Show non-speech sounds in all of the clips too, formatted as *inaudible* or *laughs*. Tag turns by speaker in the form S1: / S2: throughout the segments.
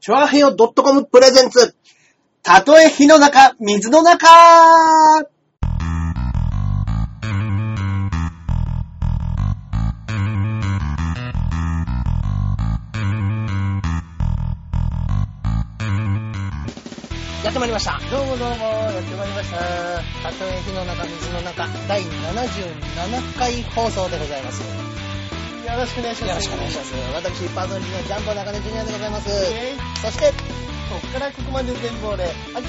S1: チョアヘヨ .com プレゼンツ。たとえ火の中、水の中やってまいりました。
S2: どうもどうも、やってまいりました。たとえ火の中、水の中、第77回放送でございます。よ
S1: よろしくお願いします。
S2: ろしくお願いします。私、パーソナリティのジャンボ中根ジュニアでございます。
S1: え
S2: そして、はい、
S1: ーこっからここまで全部俺、アキラ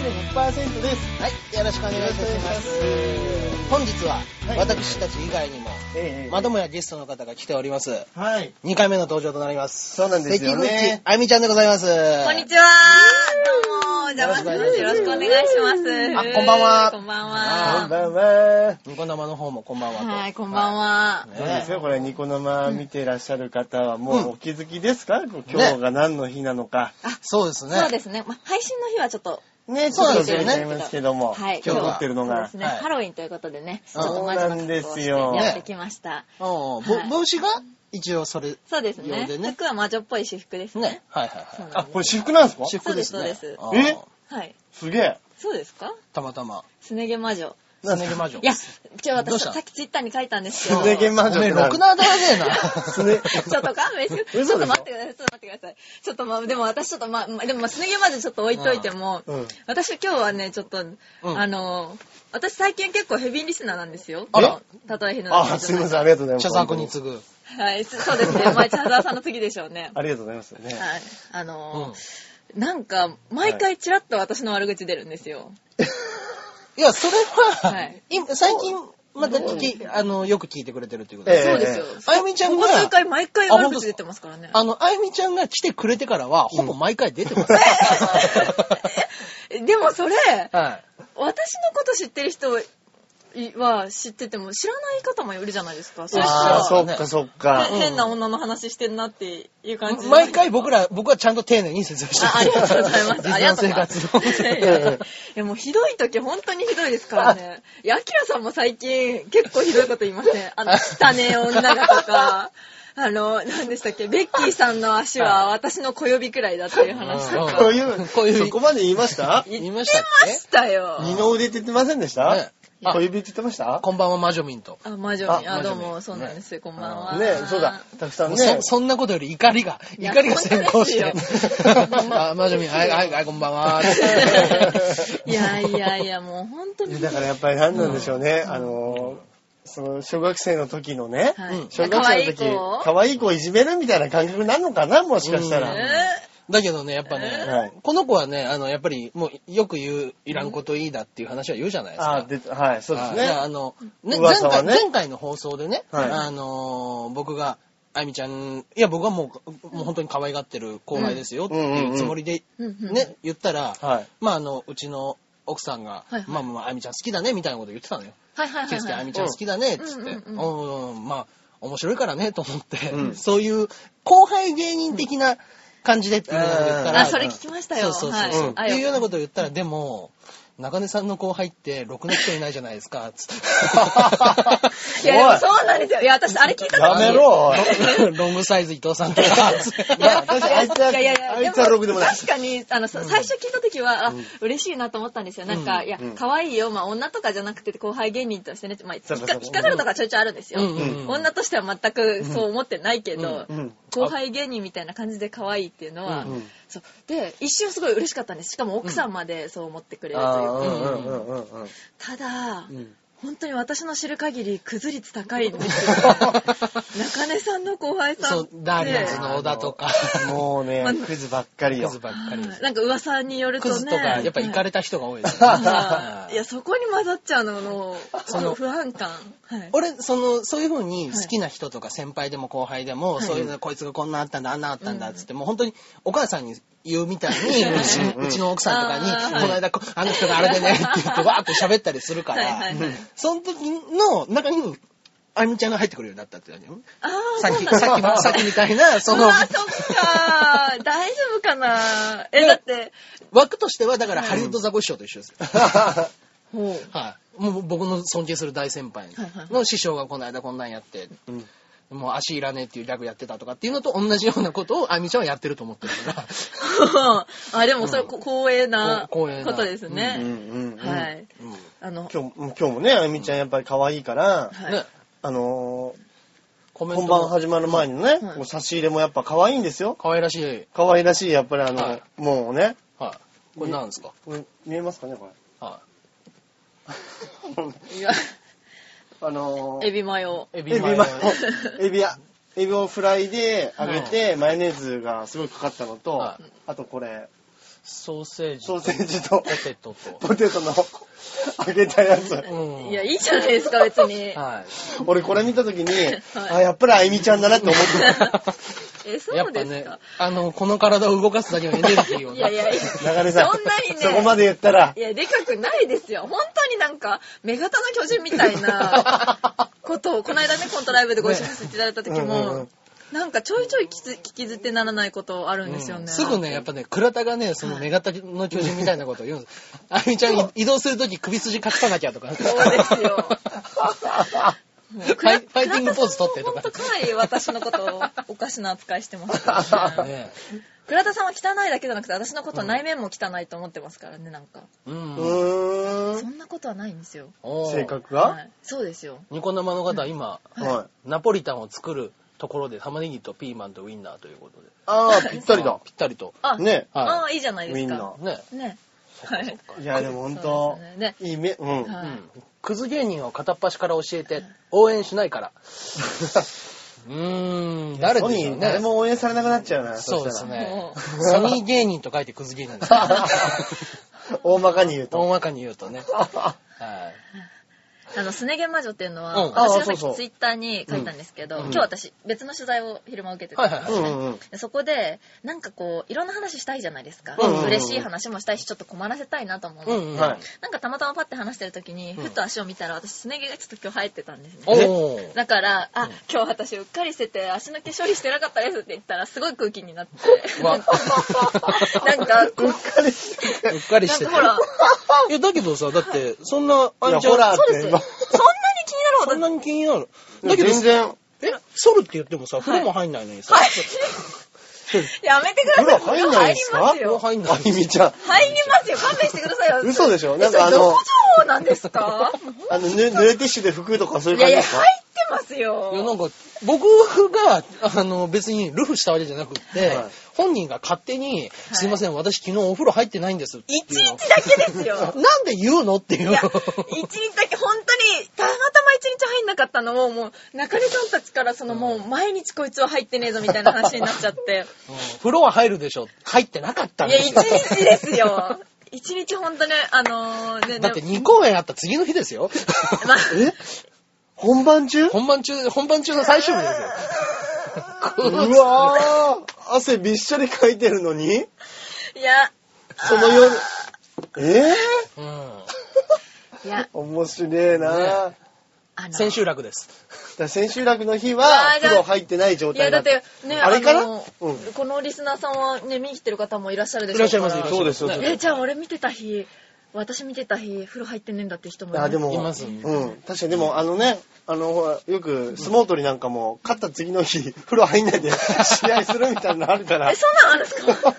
S1: 100%です。
S2: よろしくお願いいたします
S1: よろしくお願いします。
S2: 本日は
S1: は、い
S2: 私たち以外にも、
S1: え
S2: まともやゲストの方が来ております。
S1: はい。
S2: 2回目の登場となります。
S1: そうなんですよ
S2: 関口
S1: ね
S2: あゆみちゃんでございます。
S3: こんにちは。どうも、お邪魔します。よろしくお願いします。
S2: あこんばんは
S3: こんばん
S1: こん
S3: は。
S1: ばんは。
S2: ニコ生の方もこんばんはと。
S3: はい、こんばんは。
S2: ね
S1: どうですよ、これ、ニコ生見てらっしゃる方は、もうお気づきですか、今日が何の日なのか。
S2: そうですね。
S3: そうですね。まあ配信の日はちょっと、
S1: ね、ち
S2: そう
S1: ょ
S2: な
S1: っ
S2: んで
S1: と遅
S2: すよ
S1: れ
S2: ね
S1: ちゃいますけども、
S3: はい
S1: 今日撮ってるの
S3: そう
S1: が
S3: で。すね。
S2: はい
S3: ハロウィンということでね、ちょ
S1: そう
S3: っとマジな格好
S1: そうな
S3: を
S1: ん
S3: し
S1: です
S3: て
S1: よ
S3: やってきました。
S2: うんうん
S3: は
S2: ぼ
S3: い
S2: 帽子が一応それ。
S3: そうですね
S2: 呼んでね
S3: 服は魔女っぽい私服ですね。
S2: ね。はいはい
S3: そう
S2: は
S3: なん
S1: あ、
S3: です
S1: これ私服なんですか
S2: い。私服ですね。
S3: そうです
S2: あ
S3: そ
S2: ー
S1: ですえ
S3: はい。
S1: すげえ。
S3: そうですか
S2: たまたま。
S3: すね毛魔女。
S2: すね毛魔女。
S3: いや、じゃあ
S2: どう
S3: 私、
S2: した
S3: さっきツイッターに書いたんです
S1: す
S3: けど。
S1: ねげ魔女っ
S2: ね、
S1: て
S2: ろくなだらねえな。す *laughs* ね。
S3: ちょっと勘弁して、ち
S1: 嘘でしょ
S3: ょっと待ってください、ちょっと待ってください。ちょっとまあ、でも私ちょっとまあ、まあでもまあ、すね毛までちょっと置いといても、
S1: うんうん
S3: 私今日はね、ちょっと、
S2: ん
S3: あの、私最近結構ヘビーリスナーなんですよ。
S1: あら
S3: たとえ日の
S1: あ、すいません、ありがとうございます。
S2: 茶作に次ぐ。
S3: はい、そうです
S2: *laughs*
S3: ね。まあ、茶沢さんの次でしょうね。
S1: ありがとうございますね。
S3: はい。あの、
S2: う
S3: なんか、毎回チラッと私の悪口出るんですよ。
S2: んいや、それは、
S3: はい
S2: 今最近、また聞き、あの、よく聞いてくれてるっていうこと
S1: ええ
S2: で。
S3: そうですよ。
S2: あゆみちゃん
S3: こ
S2: が
S3: こ、数回毎回
S2: あ本
S3: 悪
S2: 当です
S3: 口
S2: か
S3: 出てますからね。
S2: あの、あゆみちゃんが来てくれてからは、ほぼ毎回出てます。
S3: でもそれ、
S2: はい。
S3: 私のこと知ってる人は知ってても知らない方もいるじゃないですか。それ
S1: ああ、
S3: した
S1: そっかそっ
S3: ら
S1: か。
S3: へ変な女の話してんなっていう感じ。
S2: 毎回僕ら、僕はちゃんと丁寧に説明して
S3: あありがとうござ
S2: *laughs*
S3: います。
S2: 実際の生活を。
S3: いやいやいやいや、もうひどい時、本当にひどいですからね。いや、アキラさんも最近、結構ひどいこと言いません。あの、汚ねえ女がと
S2: *laughs*
S3: か、あの、何でしたっけ、ベッキーさんの足は私の小指くらいだっていう話と
S2: うん
S3: か。
S1: こういう、
S2: こういう
S1: そこまで言いました
S2: 言いましたっ
S3: ましたよ。
S1: 二の腕って言ってませんでした、
S2: ね
S1: 小指って言ってました
S2: けこんばんは、魔女ミント。
S3: あ、魔女に。
S2: あ魔
S3: あ、
S2: 女
S3: ど
S2: に
S3: うも、そうなんですよ。こんばんは。
S1: ねそうだ。たくさん
S2: もう
S1: ね。
S2: そそんなことより怒りが、怒りが先行して
S3: 本当
S2: る。 *laughs* あ、魔女ミン、はい、はい、はい、こんばん
S3: *laughs*
S2: は。
S3: いやいやいや、もう本当
S1: いや
S3: に。
S1: だからやっぱり何なんでしょうね。あの、その、小学生の時のね、
S3: はい
S2: うん
S1: 小学生の
S3: 可愛い子
S1: 時、可愛い子をいじめるみたいな感覚なのかなもしかし
S2: う
S1: た
S3: え
S1: ら。
S2: だけどね、やっぱね、
S1: はい
S2: この子はね、あの、やっぱり、もう、よく言う、いらんこといいだっていう話は言うじゃないですか。
S1: あ、で、はい、そうです
S2: はい
S1: ね。
S2: あの、ね、前
S1: 噂は
S2: 回、
S1: ね
S2: 前回の放送でね、
S1: はい
S2: あのー、僕が、あゆみちゃん、いや、僕はもう、もう本当に可愛がってる後輩ですよっていうつもりで、
S3: うんうんうん
S2: ね、言ったら、
S1: はい。
S2: まあ、あの、うちの奥さんが、
S3: はいはい
S2: まあまあ、あゆみちゃん好きだね、みたいなこと言ってたのよ。
S3: はいはいは
S2: ケ
S3: い
S2: イスケあ
S3: は
S2: ゆみ
S3: い。
S2: ちゃん好きだね、っつって。う
S3: うんん
S2: まあ、面白いからね、と思って、
S1: うん
S2: そういう後輩芸人的な感じでっていうのを言ったら、
S3: あ、それ聞きましたよ。
S2: そうそう
S3: は
S2: そう
S3: い
S2: そう。
S3: あ
S2: って
S3: よ
S2: いうようなことを言ったら、でも、中根さんの後輩って、ろくな人いないじゃないですか、つって。
S3: いや、でもそうなんですよ。いや、私、あれ聞いた
S1: やめろ、おい
S2: ロングサイズ伊藤さんとか、つって
S1: いや私、あいつは、
S3: いやいやいや
S1: あいつはろくでもない。
S3: 確かに、あの、さ最初聞いた時は、あ、嬉しいなと思ったんですよ。なんか、いや、可愛いよ。まあ、女とかじゃなくて、後輩芸人としてね、まあ、引っ
S1: そ
S3: か
S1: うそうそう
S3: 引っかかるとかちょいちょいあるんですよ。
S2: うんうん
S3: 女としては全くそう思ってないけど、
S1: うんうん
S3: 後輩芸人みたいな感じで可愛いっていうのは、
S1: ん
S3: そう。で、一瞬すごい嬉しかったんです。しかも奥さんまでそう思ってくれると
S1: あ
S3: いうか。
S1: ーうんうんうんうんうん。
S3: ただ、
S1: ん
S3: 本当に私の知る限り、クズ率高いんです
S1: *laughs*
S3: よ。中根さんの後輩さ
S2: そ
S3: んっ
S2: う
S3: て。、
S2: ダーリンズの小田とか、
S1: もうね
S3: まあ、
S1: クズばっかり
S2: ク
S1: よ
S2: ズ。ばっかりです。
S3: なんか噂によると
S2: ク
S3: ね。
S2: ズとか、やっぱ行か
S3: れ
S2: れた人が多いですよね。
S3: いや、そこに混ざっちゃうのの、
S2: そ
S3: そ
S2: の
S3: の不安感。はい。
S2: 俺、その、そういうふうに好きな人とか先輩でも後輩でも、そういうの、こいつがこんなあったんだ、あんなあったんだ、つって、もう本当にお母さんに言うみたいに、うちうちの奥さんとか
S3: あー
S2: に、
S3: はい
S2: この間こ、あの人があれで
S3: *laughs*
S2: ね、って言って、わーって喋ったりするか
S3: は
S2: ら
S3: いはいはい、
S2: その時の中に、あゆみちゃんが入ってくるようになったって感じよ
S3: ああ、
S2: さっき、さっきも、
S3: *laughs*
S2: さっきみたいな、そうの
S3: わ、、そっかー。大丈夫かなえ、だって、
S2: 枠としては、だからハリウッドザコシショウと一緒ですよ。
S3: ほう。
S2: はい。もう僕の尊敬する大先輩
S3: はいはい
S1: *laughs*
S2: の師匠がこの間こんなんやって、もう足いらねえっていうギャグやってたとかっていうのと同じようなことをあゆみちゃんはやってると思ってるから。
S3: *laughs* あ、でもそれ、こ光栄な
S2: こ
S3: こ
S2: 光栄な
S3: とです
S1: うん
S3: ね。
S1: うんうん。
S3: はい。あの、
S1: 今日も、今日もね、あゆみちゃんやっぱり可愛いから、
S3: はい
S2: ね、
S1: あの
S2: コ
S1: ー、
S2: メント
S1: 本
S2: も
S1: 番始まる前にね、
S3: はい
S1: もう差し入れもやっぱ可愛いんですよ。
S2: 可愛らしい。
S1: 可愛らしい、やっぱりあの、
S2: はい
S1: もうね、
S2: はい。これ何ですか
S1: これ見えますかね、こ
S2: は
S1: れ。
S2: *laughs*
S3: いや
S1: あのー、
S3: エビマヨ。
S2: い。エ
S1: エ
S2: ビ
S1: ビ
S2: マ
S1: マ
S2: ヨ
S1: ヨ。エビや、エビをフライで揚げて、マヨネーズがすごいかかったのと、
S2: はい
S1: あとこれ、
S2: ソーセージ
S1: ソ
S2: と
S1: ーセージと
S2: ポテトと。
S1: ポテトの揚げたやつ。
S2: うん。
S3: いや、いいじゃないですか、別に。
S2: は
S1: 俺これ見た時に、あ、やっぱりあゆみちゃんだなって思ってた。
S3: え、
S2: い。や
S3: そ
S2: っぱ
S3: うです
S2: ね
S3: か。、
S2: あの、この体を動かすだけのエネルギーを
S3: いやいやいや。
S1: 流れさん、
S3: そんなにね
S1: そこまで言ったら
S3: い、や、でかくないですよ。本当になんか、目型の巨人みたいな
S2: *laughs*
S3: ことを、この間ね、コントライブでご一緒させていただいた時
S1: ねうんうんう
S3: も
S1: ん、
S3: なんかちょいちょいきつ聞きずってならないことあるんですよね。
S2: すぐね、やっぱね、倉田がね、その目型の巨人みたいなことを言うんです。あゆみちゃん移動するとき首筋隠さなきゃとか。
S3: そうですよ。もう
S2: ファイファイティングポーズ取ってとか
S3: 倉田さんも本当かなり私のことをおかしな扱いしてま
S2: *laughs*
S3: すからね。
S2: *laughs* ね
S3: 倉田さんは汚いだけじゃなくて、私のこと内面も汚いと思ってますからね、なんか。
S2: う。
S1: うんー
S3: そ
S1: ん。
S3: んなことはないんですよ。
S2: おー
S1: 性格
S3: は
S1: が
S3: い。そうですよ。
S2: ニコ生の方は今、
S1: はい。
S2: ナポリタンを作るところで玉ねぎとピーマンとウインナーということで。
S1: ああ、ぴったりだ。
S2: ぴったりと。
S3: あ、
S1: ね
S3: ああ、いいじゃないですか。
S1: みんな。
S2: ね。
S3: ね。はい。
S1: いや、でも本当
S3: そうですよね、
S1: いいめ、うん。
S3: は
S2: う
S3: い
S2: ん。クズ芸人を片っ端から教えて、応援しないから。うーん、誰
S1: ソ
S2: で
S1: ニ
S2: しょう
S1: ー
S2: ね
S1: 誰。も応援されなくなっちゃうな、
S2: そうです
S1: したら
S2: ね
S3: も。う
S2: ソニー芸人と書いてクズ芸人
S1: *laughs*
S2: ですね。
S1: 大まかに言
S2: 大
S1: うと。
S2: まかに言うとね。は
S3: あの、すね毛魔女っていうのは、
S2: うん
S3: 私
S1: あ
S3: がさ
S1: そう
S3: っ
S1: そう
S3: きツイッターに書いたんですけ
S2: う
S3: ど、
S2: ん
S3: 今日私、別の取材を昼間受けて
S2: い。
S3: た
S2: は
S3: ん
S2: い
S3: です、
S2: はい
S1: うん
S2: は
S1: うん
S3: でそこで、なんかこう、いろんな話したいじゃないですか。
S1: うんうんうん
S3: 嬉しい話もしたいし、ちょっと困らせたいなと思うの
S2: い。うんうん。
S1: はい。
S3: なんかたまたまパッて話してる時に、ふっと足を見たら、私、すね毛がちょっと今日生えてたんですね。
S2: おー。
S3: だから、あ、今日私うっかりしてて、足の毛処理してなかったですって言ったら、すごい空気に *laughs* なって。
S2: うわ
S3: なんか、こう
S1: うっかりしてて
S2: うっかりして
S3: なんかほら、
S2: いや、だけどさ、だって、そんな、あゆ
S1: いや、
S2: みちゃん
S1: ホラーっ
S3: そうで
S1: て
S3: す。そんな
S1: 今
S3: に。気になるほど
S2: そんなに気になる。だけど、
S1: 全然、
S2: え、ソルって言ってもさ、風呂も入んないのにさ、
S3: *laughs* やめてください。
S1: 風呂入んないんですか
S3: 入
S2: 風
S3: ります
S2: 呂
S3: よ。
S2: 入んな
S1: あ
S2: い
S1: ゆみちゃん。
S3: 入りますよ。勘弁してくださいよ。
S1: 嘘でしょなん
S3: そ
S1: かあ
S3: れど
S1: の
S3: こ、情報なんですか
S1: あの、ぬ濡れティッシュで拭くとかそういう
S3: いや
S1: 感じで
S3: いや、
S1: す
S3: 入
S1: か
S3: ってます
S2: いや、
S3: よ。
S2: なんか、僕が、あの、別にルフしたわけじゃなくって、
S1: はい
S2: 本人が勝手に、すいません、私昨日お風呂入ってないんですって
S3: 一
S2: いうの
S3: 日だけですよ。
S2: なんで言うのってい。
S3: いうや、一日だけ、本当に、たまたま一日入んなかったのを、もう、中根さんたちから、そのもう、毎日こいつは入ってねえぞみたいな話になっちゃって。
S2: うん風呂は入るでしょ。入ってなかったん
S3: い
S2: で
S3: や、
S2: す
S3: 一
S2: よ。
S3: 日ですよ。一日本当ね、あのーね、
S2: だって
S3: ね
S2: 2公演あった次の日ですよ。
S3: まあ
S1: え本番中
S2: 本番中、本番中の最終日ですよ。
S1: うわー汗びっしょりかいてるのに
S3: いや、
S1: その夜、え
S2: うん。
S3: いや、
S1: ー、面白いな、
S2: ね
S3: あの、
S2: 千秋楽です。
S1: だから千秋楽の日
S3: うわ
S1: は
S3: ー、じゃあ
S1: 風呂入ってない状
S3: い
S1: 態
S3: や、だ
S1: だ
S3: っ
S1: ってた。
S3: ね、
S1: あれかな
S3: の
S1: うん
S3: このリスナーさんはね、見に来てる方もいらっしゃるで
S2: い
S3: しょ
S2: らっ
S3: う
S2: しゃ
S3: か
S2: います、いらっしゃ
S3: ら。
S2: います。
S1: そうですよ
S3: え、じゃあ俺見てた日、私見てた日、風呂入ってねえんだって人もいる
S1: あ、でも、
S2: いますね
S1: うん。確かに、でも、あのね、あの、ほら、よく、相撲取りなんかも、勝った次の日、 *laughs* 風呂入んないで試合するみたいなのあるから
S3: え、、そんなんあるんですか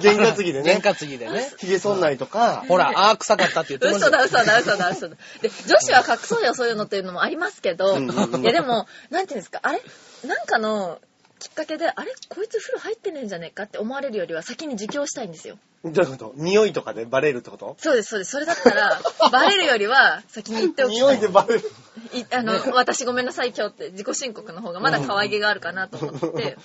S1: 験担ぎ
S2: 験
S1: でね、
S2: 担ぎでね。
S1: ひげそんないとか、
S2: ほら、ああ、臭かったって言ってました
S3: 嘘
S2: よ
S3: だ、嘘だ、嘘だ、嘘だ。で、女子は隠そうよ、そういうのっていうのもありますけど、
S1: うんうんうん
S3: いや、でも、なんていうんですか、あれなんかの、きっかけで、あれこいつ風呂入ってねえんじゃねえかって思われるよりは先に自供したいんですよ。
S1: どういうこと匂いとかでバレるってこと
S3: そうです、そうです。それだったら、バレるよりは先に言っておきた
S1: 匂
S3: い
S1: い。でバレる。
S3: いあの、私ごめんなさい今日って自己申告の方がまだ可愛げがあるかなと思って。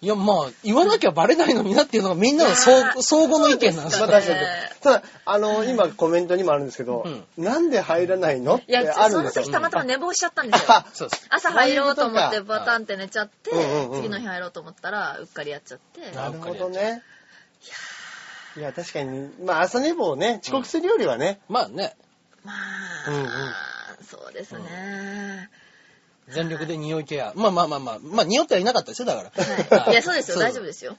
S2: いや、まあ、言わなきゃバレないのになっていうのがみんなの相
S3: いやー
S2: 相互の意見なんです
S3: そ
S1: ま
S2: よ
S1: あ
S3: う
S1: 確
S3: です
S1: か
S3: よ
S1: に
S3: ね。
S1: ただ、あの、今コメントにもあるんですけど、
S2: う
S1: なんで入らないのっ
S3: い
S1: て
S3: や、
S1: あ
S3: そ
S1: るん
S3: の
S1: ですよ
S3: 時。たまたま寝坊しちゃったんですよ。
S1: あ
S2: そうです。
S3: 朝入ろうと思っ
S1: そうい
S3: て
S1: う
S3: バタンって寝ちゃって
S1: うんうんう、ん
S3: 次の日入ろうと思ったら、うっかりやっちゃって。
S1: なるほどね。いや、確かに、まあ朝寝坊ね、遅刻するよりはね、
S2: まあね、
S3: ま
S1: うんうん
S3: あ、そうですね。
S2: 全力で匂いケア。まあまあまあまあ、まあ匂ってはいなかったですよ、だから。
S3: はい。いや、そうですよ。大丈夫
S2: で
S3: ですよ。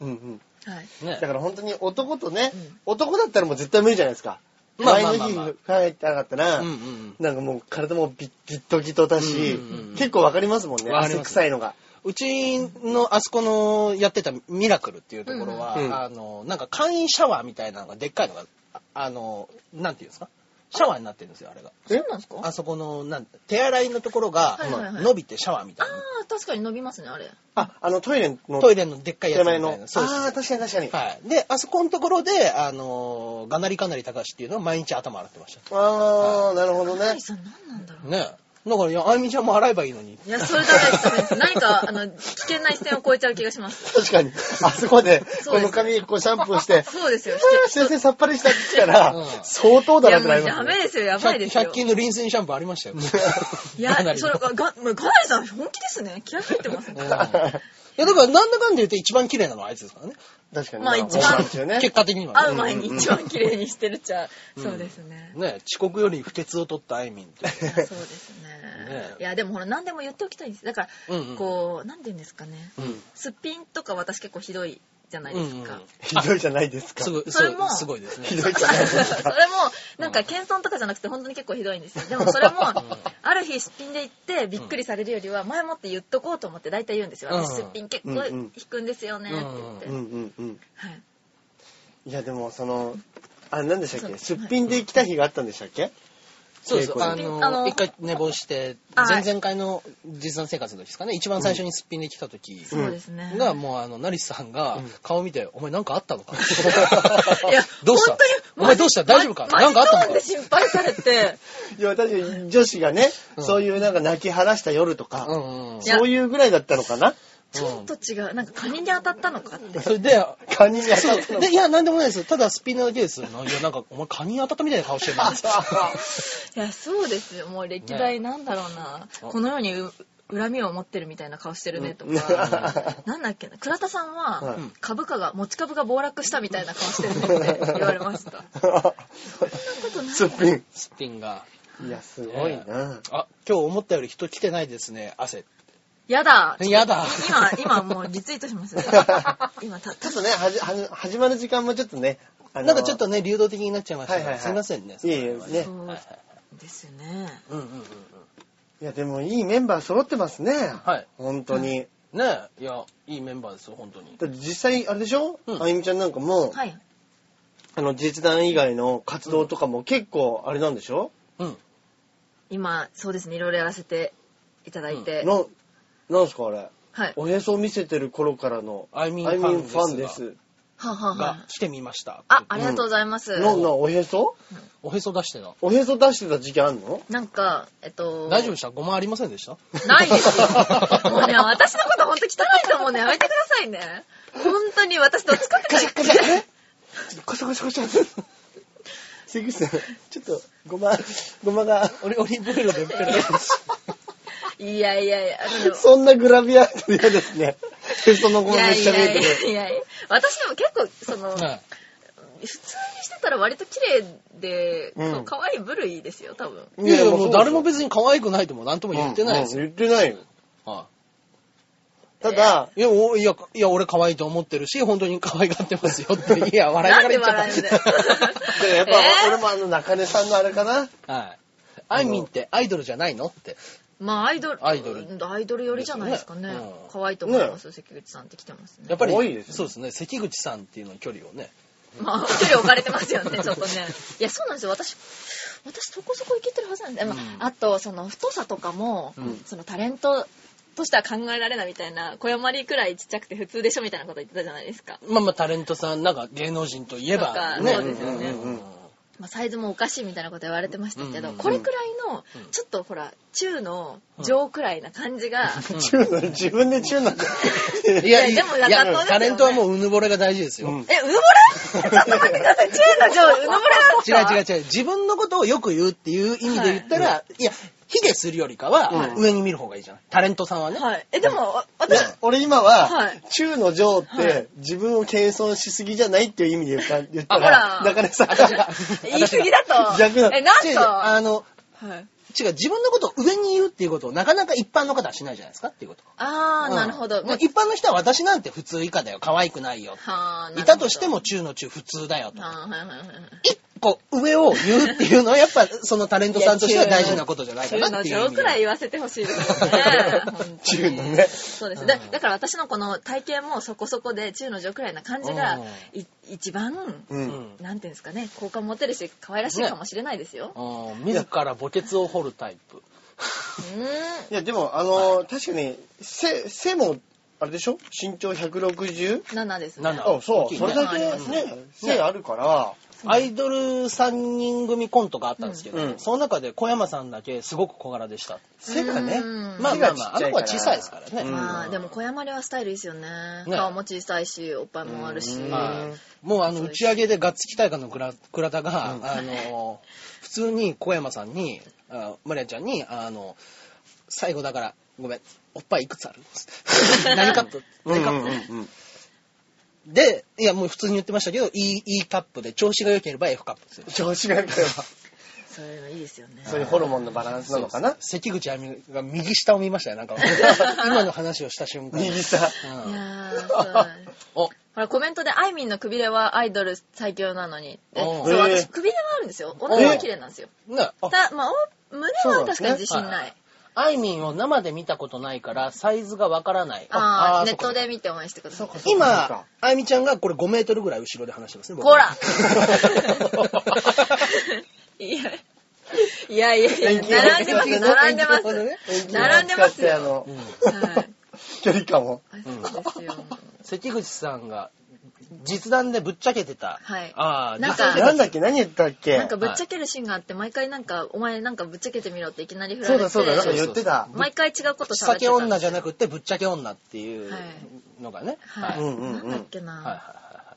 S1: うんうん。
S3: はい。
S2: す。ね
S1: だ。から本当に男とね
S3: うん、
S1: 男だったらもう絶対無理じゃないですか。
S2: まあ
S1: 前
S2: まあ
S1: の
S2: まあ
S1: 日
S2: まあ
S1: 帰ってなかったら、
S2: うんうん
S1: なんかもう体もビッギットギトだし、
S2: うんうんうん
S1: 結構わかりますもんね。
S2: わかり
S1: 汗
S2: ます
S1: 臭いのが。
S2: うちのあそこのやってたミラクルっていうところは、
S1: うんうん
S2: あのなんか簡易シャワーみたいなのがでっかいのがああのなんていうんですかシャワーになってるんですよあれが
S1: え
S3: そうなんですか
S2: あそこのなん手洗いのところが
S3: はいはいはい
S2: 伸びてシャワーみた
S3: あ
S2: いな
S3: ー、確かに伸びますね、あれ。
S1: あ、あのトイレの
S2: トイレのでっかいやつ
S1: 手
S2: みたい
S1: 前の。
S2: な
S1: あ
S2: そうです
S1: あー、確かに確かに。
S2: はい、であそこのところであのがなりかなり高しっていうのは毎日頭洗ってました
S1: ああ、なるほど
S2: *laughs*
S1: ね
S3: 何。さん何なんだろう。
S2: ねえだからいやあゆみちゃんも洗えばいいのに
S3: いや、それだけダメです。何か、あの、危険な一線を越えちゃう気がします。
S1: 確かに。あそこで、
S3: そう
S1: こ
S3: です
S1: の髪、こうシャンプー *laughs* して、
S3: そうですよ。
S1: 先生さっぱりしたって言ったら
S2: うん、
S1: 相当
S3: い
S1: だな
S3: や、
S1: って
S3: もう
S1: なり
S3: ダ
S1: ますね。
S3: メですよ、やばいです
S2: 100,
S3: よ。
S2: 均のリンスインシャンプーありましたよ
S3: いや、
S2: かなり
S3: それ、が、が、もうかなりさん、本気ですね。気合入ってます
S2: う
S3: ね
S2: ん。い
S1: *laughs*
S2: や、だから、なんだかんだ言って一番綺麗なのはあいつですからね。
S1: 確かに。
S3: まあ一番
S1: 本番中ね。
S2: 結果的には
S3: 会
S2: ね。
S3: う前に一番綺麗にしてるっちゃ、そうですね。
S2: ね遅刻より不潔を取ったあいみんって。
S3: いやそうです
S2: ね
S3: ね。いや、でもほら、何でも言っておきたいんです。だから
S2: うんうん、
S3: こう、なんて言うんですかね。
S2: うん。
S3: すっぴんとか私結構ひどいじゃない
S2: うん
S3: です
S2: うん
S3: か。
S1: ひどいじゃないですか
S2: す。ごい、
S3: *laughs* そ
S2: す
S3: れ
S2: ご
S3: も
S2: いすごいですね
S1: ひ。どいじゃないです
S3: *laughs*
S2: *laughs*
S3: それも、なんか謙遜とかじゃなくて本当に結構ひどいんですよ。でもそれも、ある日すっぴんで行ってびっくりされるよりは、前もって言っとこうと思って大体言うんですよ。
S2: うん
S3: 私すっぴん結構引くんですよねって言って。
S1: うんうんうん。
S3: はい。
S1: いや、でも、その、あ、何でしたっ
S3: そ
S1: け
S3: う
S1: すっぴんで来た日があったんでしたっけ
S2: そうです。あ
S3: あ
S2: の、
S3: の
S2: 一回寝坊して、
S3: あ
S2: 前々回の実弾生活の時ですかね、一番最初にすっぴんで来た時
S3: そうですね。
S2: が、もうあの、成瀬さんが顔見て、お前なんかあったのか
S3: いや、
S2: どうした
S3: 本当に
S2: お前どうした大丈夫か
S3: ま
S2: なんかあったのか
S3: 巻き込んで心配されて、
S1: いや、確かに女子がね、
S2: うん
S1: そういうなんか泣き晴らした夜とか、
S2: うんうん。
S3: いや
S1: そういうぐらいだったのかな
S3: ちょっと違う。なんかカニに当たったのかって。
S2: それで、
S1: カニに当たったの
S2: でいや、なんでもないです。ただ、スピンなだけです。いや、なんか、お前、カニ当たったみたいな顔してるな。
S1: *laughs*
S3: いや、そうですよ。もう歴代なんだろうな。 *laughs* この世にう恨みを持ってるみたいな顔してるねとか。 *laughs* なんだっけな。倉田さんは
S1: うん、
S3: 株価が、持ち株が暴落したみたいな顔してる *laughs* ねって言われました。
S1: すっぴん。
S2: スピンが。
S1: いや、すごいな。
S2: あ、今日思ったより人来てないですね、汗。
S3: やだ。
S2: やだ。
S3: 今、今もうリツイート
S2: *laughs*
S3: します。今、た、
S1: ちょっとね、はじ、はじ、始まる時間もちょっとね、あの
S2: なんかちょっ、とね、流動的になっちゃいました
S1: はい
S2: ね。
S1: はいはい
S2: すいませんね。
S1: いえいえね
S2: はいはい
S3: ですね。
S2: うんうんうんうん。
S1: いや、でもいいメンバー揃ってますね。
S2: はい。
S1: 本当に。
S2: ねえ、いや、いいメンバーですよ、本当に。
S1: だって実際、あれでしょ、
S2: うん
S1: あゆみちゃんなんかも、
S3: はい。
S1: あの、実弾以外の活動とかも結構、あれなんでしょ、
S2: うん。
S3: 今、そうですね。いろいろやらせていただいて。
S1: な、なんすかあれ。
S3: はい。
S1: おへそを見せてる頃からの、
S2: I mean
S1: アイミン
S2: ファンです
S1: ファンで
S3: はあはあは
S2: が
S3: あ、
S2: 来てみました。
S3: あ、ありがとうございます。
S1: す。の、の、おへそ
S2: おへそ出してた。
S1: おへそ出してた時期あんの
S3: なんか、えっと、
S2: 大丈夫でしたごまありませんでした
S3: ないです
S1: *laughs*
S3: よ。もうね、私のことほんと汚いと思うね。やめてくださいね。本当に私どっちかって言ったら
S1: ちょっとコシャコシャコシャ。関口さん、ちょっと、ごま、ごまが、
S2: 俺、オリーブオイルでペラペラ
S3: いやいやいや、あの
S1: そんなグラビアアイドル嫌ですね。へそのごま
S3: いや
S1: めっ
S3: い
S1: ちゃ見え
S3: や
S1: て
S3: い
S1: る。
S3: やいやいや私でも結構、その、
S2: *laughs* はい
S3: 普通にしてたら割と綺麗で、
S1: うん
S3: 可愛い部類ですよ、多分。
S2: いやいや、もう誰も
S1: 別
S2: 別に可愛くないとも何とも言ってないですよ。
S1: 言ってないよ。
S2: はい
S1: ただ、
S2: いや、おいや、いや、俺可愛いと思ってるし、本当に可愛がってますよ
S3: *laughs*
S2: って。いや、笑いなが
S3: なん
S2: ら
S3: で
S2: 言っ
S3: 笑えん
S2: ち
S3: だ
S2: ゃ
S3: よ
S2: っ。
S1: でやっぱ、
S3: えー
S1: 俺もあの、中根さんのあれかな。
S2: た。 *laughs* はい。あいみんってアイドルじゃないのって。
S3: まあ、アイドル、
S2: アイドル
S3: アイドル寄りじゃないですか
S2: で
S3: ね
S2: すよねうん。
S3: 可愛いと思いますよ、関口さんって来てますね
S2: やっ。ぱり、
S1: 多いですね
S2: そうですね。関口さんっていうの距離をね。
S3: まあ、距離置かれてますよね、
S2: *laughs*
S3: ちょっとね。いや、そうなんですよ。私、私、そこそこいけてるはずなんで、まあ、あと、その、太さとかも、その、タレントとしては考えられないみたいな、小山里くらいちっちゃくて普通でしょみたいなこと言ってたじゃないですか。
S2: まあまあ、タレントさん、なんか芸能人といえ
S3: とか
S2: ば、
S3: そうですよね
S2: うん
S3: まあ、サイズもおかしいみたいなこと言われてましたけど、
S2: うん
S3: これくらいの、ちょっとほら、中の上くらいな感
S2: *laughs*
S3: じが、
S1: チューの、自分でチューなんだ。
S2: いや、
S3: い
S2: い
S3: やでも
S2: や、
S3: 学校ですよね
S2: タレントはもううぬぼれが大事ですよ。
S1: うん
S3: え、うぬぼれ *laughs* ちょっと待ってください、中の
S2: *laughs*
S3: 上、うぬぼれ *laughs* なんです
S2: 違う
S3: か
S2: 違う違う。自分のことをよく言うっていう意味で言ったら、い、や、卑下するよりかは、上に見る方がいいじゃない。タレントさんはね。
S3: はい。え、でも、
S1: い
S3: 私、
S1: や俺今
S3: は
S1: は、
S3: い
S1: チューのジョーっ
S3: は
S1: て、自分を謙遜しすぎじゃないっていう意味で言った言った
S3: あ
S1: ら、
S3: ほら
S1: 中根さんが、
S3: 言い過ぎだと。
S1: 逆なの。
S3: え、
S2: 違う違う
S3: なん
S2: あの、
S3: と、はい
S2: 違う、自分のことを上に言うっていうことをなかなか一般の方はしないじゃないですかっていうこと。
S3: あー、なるほど。
S2: うん
S3: ま
S2: 一般の人は私なんて普通以下だよ。可愛くないよ。
S3: はあ
S2: いたとして。
S3: なる
S2: も中の中普通だよ
S3: ほど
S2: と。
S3: はあはいはいはいはい。
S2: 一個上を言うっていうのはやっぱそのタレントさんとしては大事なことじゃないか
S3: 中
S2: なっ
S3: の
S2: ていう意
S3: 上
S2: 味で
S3: くらい言わせてほし
S2: *laughs*
S3: いですね
S1: 中のね
S3: そうです。だだから私のこの体型もそこそこで中の上くらいな感じが
S2: う
S3: い一番、
S1: う。
S2: うんん
S3: なんていうんですかね、好感持てるし、可愛らしいかもしれないですよ。
S2: うん自ら墓穴を掘るタイプ。
S3: うー
S1: いや、でも、あのー確かに、背、背も、あれでしょ身長 160?
S3: ん。7ですね。
S2: 7
S1: あ、そう。
S2: 大きいね
S1: それだけ
S3: ありますね
S1: ね、背あるから、
S2: アイドル3人組コントがあったんですけど、
S1: うん
S2: その中で小山さんだけすごく小柄でした。
S1: 背がね、
S3: うん
S2: まあ
S1: 背
S2: ま
S1: が
S2: あ
S1: ちっち
S2: まあ、
S1: ゃい
S2: あの子は小さいですからね。
S1: うん
S3: まあ、でも小山流はスタイルいいですよね。
S2: ね
S3: 顔も小さいし、おっぱいもあるし。
S1: うん
S2: まあもうあの打ち上げでガッツキ大会の倉倉田が、
S1: うん
S2: あの普通に小山さんにあマリアちゃんにあの最後だからごめんおっぱいいくつある
S1: *laughs*
S2: 何カップ
S1: うん
S2: 何
S1: う
S2: カッ
S1: ん
S2: プ、
S1: うんうん。
S2: でいやもう普通に言ってましたけど E, e カップで調子が良ければ F カップですよ
S1: 調子が良ければ、
S3: そういうのいいですよね。
S1: そういうホルモンのバランスなのかな
S2: 関口亜美が右下を見ましたよ
S3: *laughs*
S2: なんか今の話をした瞬間
S1: 右さ。
S2: う
S3: い
S2: ん
S3: やー、そう。
S2: お
S3: ほら、コメントで、あいみんのくびれはアイドル最強なのにって。
S2: お
S3: そうう、
S1: へー
S3: 私、くびれはあるんですよ。お腹は綺麗なんですよ。
S2: ねあ
S3: た、まあ、お胸は確かに自信ない。
S2: あいみんを生で見たことないからサイズがわからない
S3: ああ、
S2: ー
S3: ネ
S2: そ
S3: ッ
S2: っか
S3: トで見て応援してください。
S2: 今、あゆみちゃんがこれ5メートルぐらい後ろで話してますね。僕 *laughs*
S3: こらいや、いやいやいや、並んでます、並んでます。はい。並んでますよ
S1: あの
S2: うん、
S1: 距離感を。
S3: そうですよ。
S2: 関口さんが実弾でぶっちゃけてた。
S3: はい
S2: ああ、
S3: なんか
S2: 実弾
S1: なんだっけ何言ったっけ
S3: なんかぶっちゃけるシーンがあって、毎回なんか、お前なんかぶっちゃけてみろっていきなり振ら
S1: そ
S3: れ
S1: う
S3: て、
S1: だそうだ、なんか言ってた。
S3: 毎回違うこ
S2: 喫
S3: と喋
S2: 茶
S3: って
S2: 店
S3: た
S2: 女
S3: ん
S2: じゃなくてぶっちゃけ女っていうのがね。
S3: はい。
S1: うんうんうん
S3: なんだっけ
S2: はいはいはい
S3: な。
S2: はい。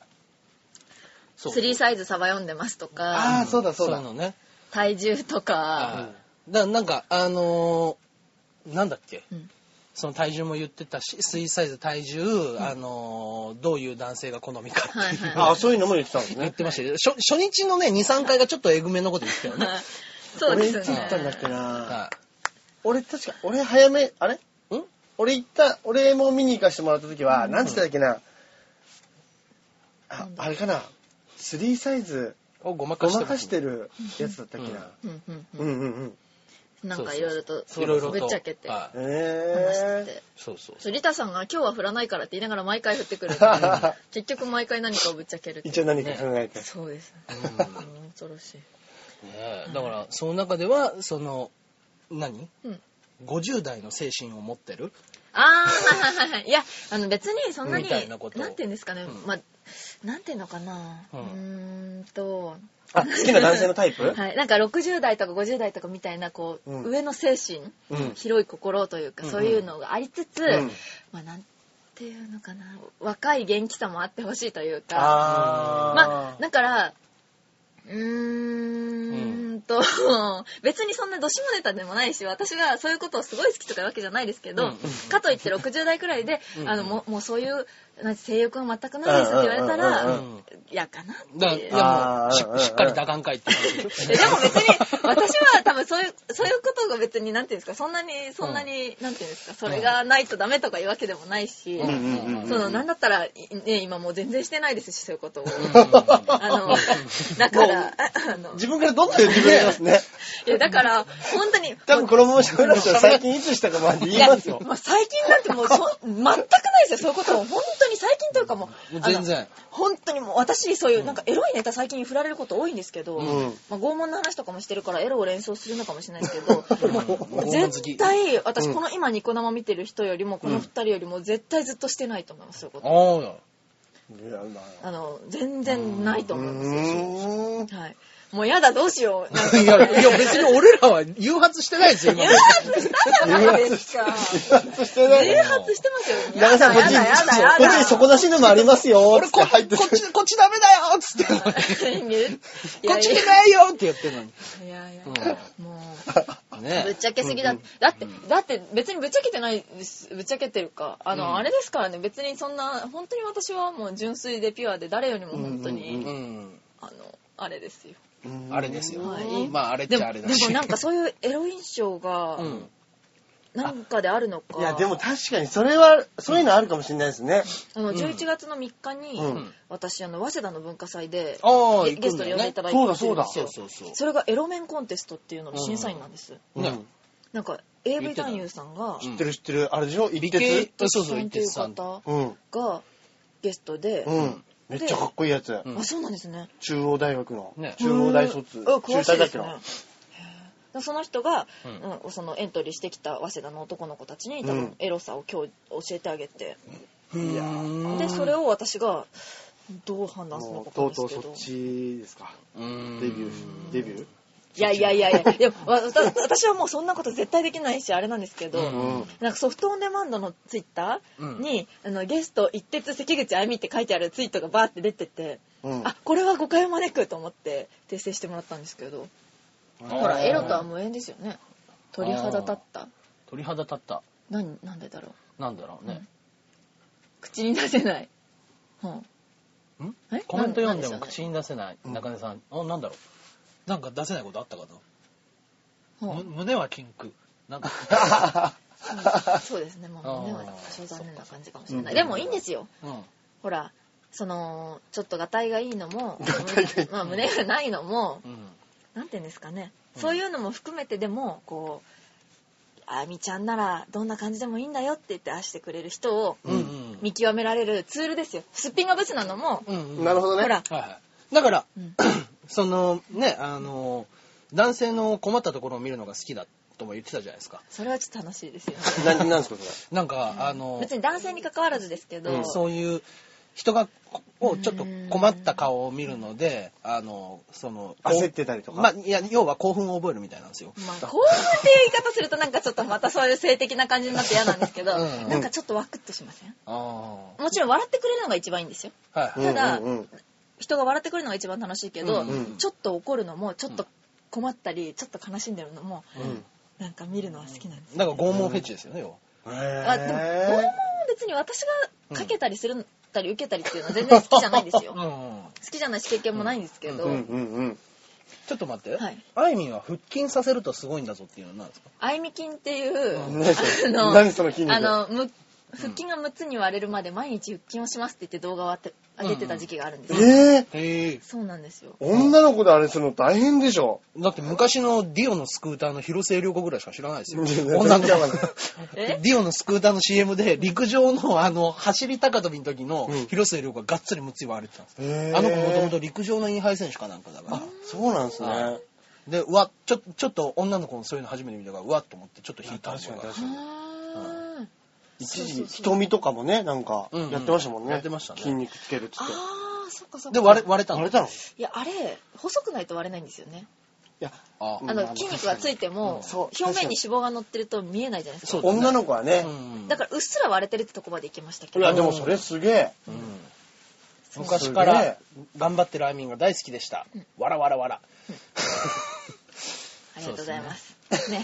S2: そ
S3: スリーサイズサバ読んでますと
S1: あ
S3: か、
S1: あ、そうだそう
S2: そうい
S1: だ。
S2: のね。
S3: 体重とか、
S2: はいだからなんか、あのー、なんだっけ
S3: うん。
S2: その体重も言ってたし、スリーサイズ体重、あのー、どういう男性が好みかって
S3: はい
S2: いう。
S3: は
S1: ああ、そういうのも言ってたんです
S2: 言っ
S1: ね。
S2: てましたけど、初初日のね、2、3回がちょっとえぐめのこと言ってたよ
S3: い
S2: ね。
S3: はい。そうです
S1: 俺
S3: ね。
S1: いつ行ったんだっけな
S2: は
S1: 俺確か、俺早め、あれん
S2: い。ん
S1: 俺行った、俺も見に行かせてもらった時は、なんつったっけなあ、あれかなスリーサイズ、
S2: をごまか
S1: ご
S2: して
S1: ま
S2: ま
S1: か
S2: す
S1: し
S2: ね
S1: てるやつだったっけな
S3: うんうん
S1: うんうんうん。
S3: うん。なんかいろいろと、
S2: いろいろと。
S3: ぶっちゃけて。
S2: はい
S3: 話
S1: え
S3: して
S1: え。
S3: て。
S2: そうそうそう。
S3: そうリタさんが今日は振らないからって言いながら毎回振ってくる。
S1: *laughs*
S3: 結局毎回何かをぶっちゃけるっていう。
S1: 一応何か考えて。
S3: そうです。うん恐ろしい。
S2: ねえだから、その中では、その、何
S3: うん。
S2: 50代の精神を持ってる
S3: あー、はいはいはいはい。いや、あの別にそんなに、
S2: み
S3: な
S2: たい
S3: ん
S2: なこ
S3: て
S2: と
S3: 言うんですかね
S2: うん。
S3: まあ、なんていうのかな。う
S2: うん
S3: ーんと、
S1: あ、好きな男性のタイプ
S3: はい。なんか60代とか50代とかみたいな、こう、
S1: うん
S3: 上の精神、
S1: うん
S3: 広い心というか、そういうのがありつつ、
S1: うん
S3: まあなんていうのかな。若い元気さもあってほしいというか。
S1: あ
S3: まあ、
S1: あ。
S3: だから、うーんと、 *laughs* 別にそんなどしもネタでもないし、私がそういうことをすごい好きとかいうわけじゃないですけど、
S2: うんうん
S3: かといって60代くらいで、
S2: うん
S3: あの、もうもうそういう、なんて性欲は全くないですって言われた
S1: うん
S2: う
S3: ら、
S2: ん。
S3: 嫌かなって
S2: だ
S3: いう。
S2: から
S1: あー
S2: でもし、しっかり打感会って感じでし
S3: えでも別に、私は多分そういう、そういうことが別に、なんていうんですか、そんなに、そんなに、なんていうんですか、それがないとダメとかいうわけでもないし、
S2: ょ。
S1: んうんうん
S3: その、なんだったら、いね、今もう全然してないですし、そういうことを。
S2: う
S3: あの、だから、あの、
S1: 自分からどんどん言ってくれます
S3: *laughs*
S1: ね。
S3: いや、だから、本当に、
S1: 多分このまま喋られたら最近いつしたかまで言いますよ。
S3: もう最近なんてもうそ、全くないですよ、そういうことも。本当に最近というかもう、
S2: んもう全然。
S3: 本当にもう、私、そういう、なんか、エロいネタ最近振られること多いんですけど、
S1: ん
S3: まあ、拷問の話とかもしてるから、エロを連想するのかもしれないですけど、も
S2: 拷
S3: う、
S2: 問好き
S3: 絶対、私、この今、ニコ生見てる人よりも、この二人よりも、絶対ずっとしてないと思います、そういうこと。
S2: おーよ。
S1: いやまあ
S3: あの、全然ないと
S1: う
S3: 思います。
S1: ーん。
S3: はい。もうやだ、どうしよう。なん
S2: *laughs*
S3: か
S2: いや、いや別
S3: *laughs*
S2: に俺らは誘発してないですよ、今。
S3: したじゃないですか。
S1: そしてね、
S3: 誘発してますよ。
S1: 長さんこっちに、
S3: やだやだやだ
S1: こっちに底なしのもありますよ、つって入って
S2: こっち、こっちダメだよつって。こっ
S3: っ
S2: ち来ないよって言ってるのに。
S3: いやいや、
S2: う
S3: もう、ぶっ
S2: ね
S3: ちゃけすぎだ。だって、だって別にぶっちゃけてないです、ぶっちゃけてるか。あの、あれですからね、別にそんな、本当に私はもう純粋でピュアで、誰よりも本当
S2: え。う
S3: に、
S2: ん。
S3: あの、あれですよ。
S1: うん
S2: あれですよ
S3: はい。
S2: まあ、あれっ
S3: で
S2: ち
S3: も
S2: ゃあれ、だ
S3: で
S2: し。
S3: もなんかそういうエロ印象が
S2: う、ん。
S3: なんかであるのか。
S1: いや、でも確かに、それは、そういうのあるかもしれないですね。
S3: あの、
S2: うん
S3: 11月の3日に、
S1: うん
S3: 私、あの、早稲田の文化祭で、
S2: ああ、
S3: ゲゲストで呼んでいただいて
S1: そう
S3: るん
S1: だ
S3: ですよ。
S1: そ
S2: そうそ
S1: うだ
S2: うそう。
S3: それがエロメンコンテストっていうのの審査員なんです。
S2: ね
S1: うん
S3: なんか、
S2: 言っ
S3: AV
S2: てた
S3: 男優さんが、
S1: 知ってる知ってる。あれでしょ一
S2: 理系
S1: 徹。
S2: あそうそう、
S3: さ
S2: 一
S3: んと
S2: 徹
S3: いう
S2: さん。
S3: 方
S1: うん。
S3: がゲストで、
S1: うん。めっちゃかっこいいやつ。
S2: うん
S3: あ、そうなんですね。
S1: 中央大学の
S2: ね。
S1: 中央大卒。
S3: うん
S1: 中
S3: 詳
S1: 大
S3: しい
S1: だっ
S3: で
S1: け
S3: す
S1: な
S3: ね。へーその人が、
S2: うん
S3: うんそのエントリーしてきた早稲田の男の子たちに多
S1: うん
S3: 分エロさを今日教えてあげて、
S2: いや
S3: でそれを私がどう判断するの
S1: も
S3: か
S1: うと
S3: 分
S1: うとう
S3: かんない
S1: そっ
S3: ですけど
S1: ちですか。
S2: うん
S1: デビュー、デビュー
S3: いやいやいやいやいやわわた私はもうそんなこと絶対できないしあれなんですけど、
S2: うん
S3: なんかソフトオンデマンドのツイッターに、あのゲスト一徹関口あゆみって書いてあるツイートがバーって出てて、
S1: うん。
S3: あこれは誤解を招くと思って訂正してもらったんですけど
S2: あー
S3: ほらエロとは無縁ですよね鳥肌立った
S2: 鳥肌立った。
S3: 何なんでだろう
S2: なんだろうね。
S3: 口に出せない、うん
S2: ん
S3: え
S2: コメント読んで
S3: な
S2: も
S3: んでし
S2: 口に出せない。
S1: うん
S2: 中根さん。あ、なんだろう。なんか出せないことあったか
S3: ょう
S2: な。
S3: ね
S2: む胸はキンク。なんか。
S3: うんそうですねまあ胸は多少残念な感じかもしれないでもいいんですよ
S2: うん。
S3: ほらそのちょっとがたいがいいのも
S1: がたいがいい
S3: まあ、胸がないのも
S2: うん。
S3: なんて言うんですかね、
S2: うん
S3: そういうのも含めてでもこうあみちゃんならどんな感じでもいいんだよって言って愛してくれる人を
S1: うん
S2: うん
S3: 見極められるツールですよすっぴんがブスなのも、
S2: うんうん。
S1: なるほどね。
S3: ほら、
S2: はいはい。だから、
S3: うん
S2: そのね、あの、男性の困ったところを見るのが好きだとも言ってたじゃないですか。
S3: それはちょっと楽しいですよね
S1: 何なんですか、そ
S2: なんか、あの、
S3: 別に男性に関わらずですけど、
S1: うん
S2: そういう人が、をちょっと困った顔を見るので、あの、その、
S1: れ。 *laughs* 焦ってたりとか。
S2: まあ、いや、要は興奮を覚えるみたいなんですよ。
S3: まあ、興奮っていう言い方するとなんかちょっとまたそういう性的な感じになって嫌なんですけど、
S2: うん
S3: なんかちょっとワクッとしません
S2: あ
S3: もちろん笑ってくれるのが一番いいんですよ
S2: あ。はい。
S3: ただ
S1: うんうんうん
S3: 人が笑ってくれるのが一番楽しいけど、
S2: うん
S1: うん
S3: ちょっと怒るのもちょっと困ったりちょっと悲しんでるのも
S1: うん。
S3: なんか見るのは好きなんですよ
S2: なんか拷問フェチですよね、要は。
S3: あでも
S1: へ
S3: 拷問
S1: ー
S3: は別に私がかけたりするたり受けたりっていうのは全然好きじゃないですよ
S2: う
S3: 好
S2: ん。
S3: きじゃないし経験もないんですけど、
S1: うんうんうん。
S2: ちょっと待って。
S3: はい
S2: あいみんは腹筋させるとすごいんだぞっていうのは何ですか
S3: アイミ筋っていう、
S2: うん
S1: 何それ何その筋肉
S3: あのむ腹筋が6つに割れるまで毎日腹筋をしますって言って動画をあて上げてた時期があるんですよ、
S1: えぇ
S2: へえ。
S3: そうなんですよ
S1: 女の子であれするの大変でしょ。
S2: だって昔のディオのスクーターの広末涼子ぐらいしか知らないですよ。
S1: 全然
S2: 女の
S1: 知ら
S2: 子
S1: ない
S2: デ
S3: え
S2: ィオのスクーターの CM で陸上のあの走り高跳びの時の
S1: うん
S2: 広末涼子ががっつりムツ言われてたんですよ、
S1: へー
S2: あの子もともと陸上のインハイ選手かなんかだから
S1: そうなんですね。
S2: でうわちょちょっと女の子のそういうの初めて見たからうわっと思ってちょっと引いたのが
S1: 確かに確か
S3: あー
S1: 一時、瞳とかもね、なんか
S2: うんうん、
S1: やってましたもんね。
S2: やってましたね
S1: 筋肉つけるっつっ
S3: あ
S1: て。
S3: ーそっかそっか
S2: で割れ割れたの
S1: 割れたのい
S3: いやあれ細くないと割れないんですよね
S1: や、
S2: あ
S1: うん
S3: あの筋肉がついても、
S2: うん
S1: そう
S3: 表面に脂肪が乗ってると見えないじゃないです
S2: そ
S3: か
S2: うだね
S1: 女の子はね。
S2: うん
S3: だからうっすら割れてるってとこまで行きましたけ
S1: い
S3: ど
S1: や、でもそれすげえ。
S2: うん
S1: う
S2: 昔から頑張ってるアイミンが大好きでした、わらわらわら、
S3: ありがとうございます。ね、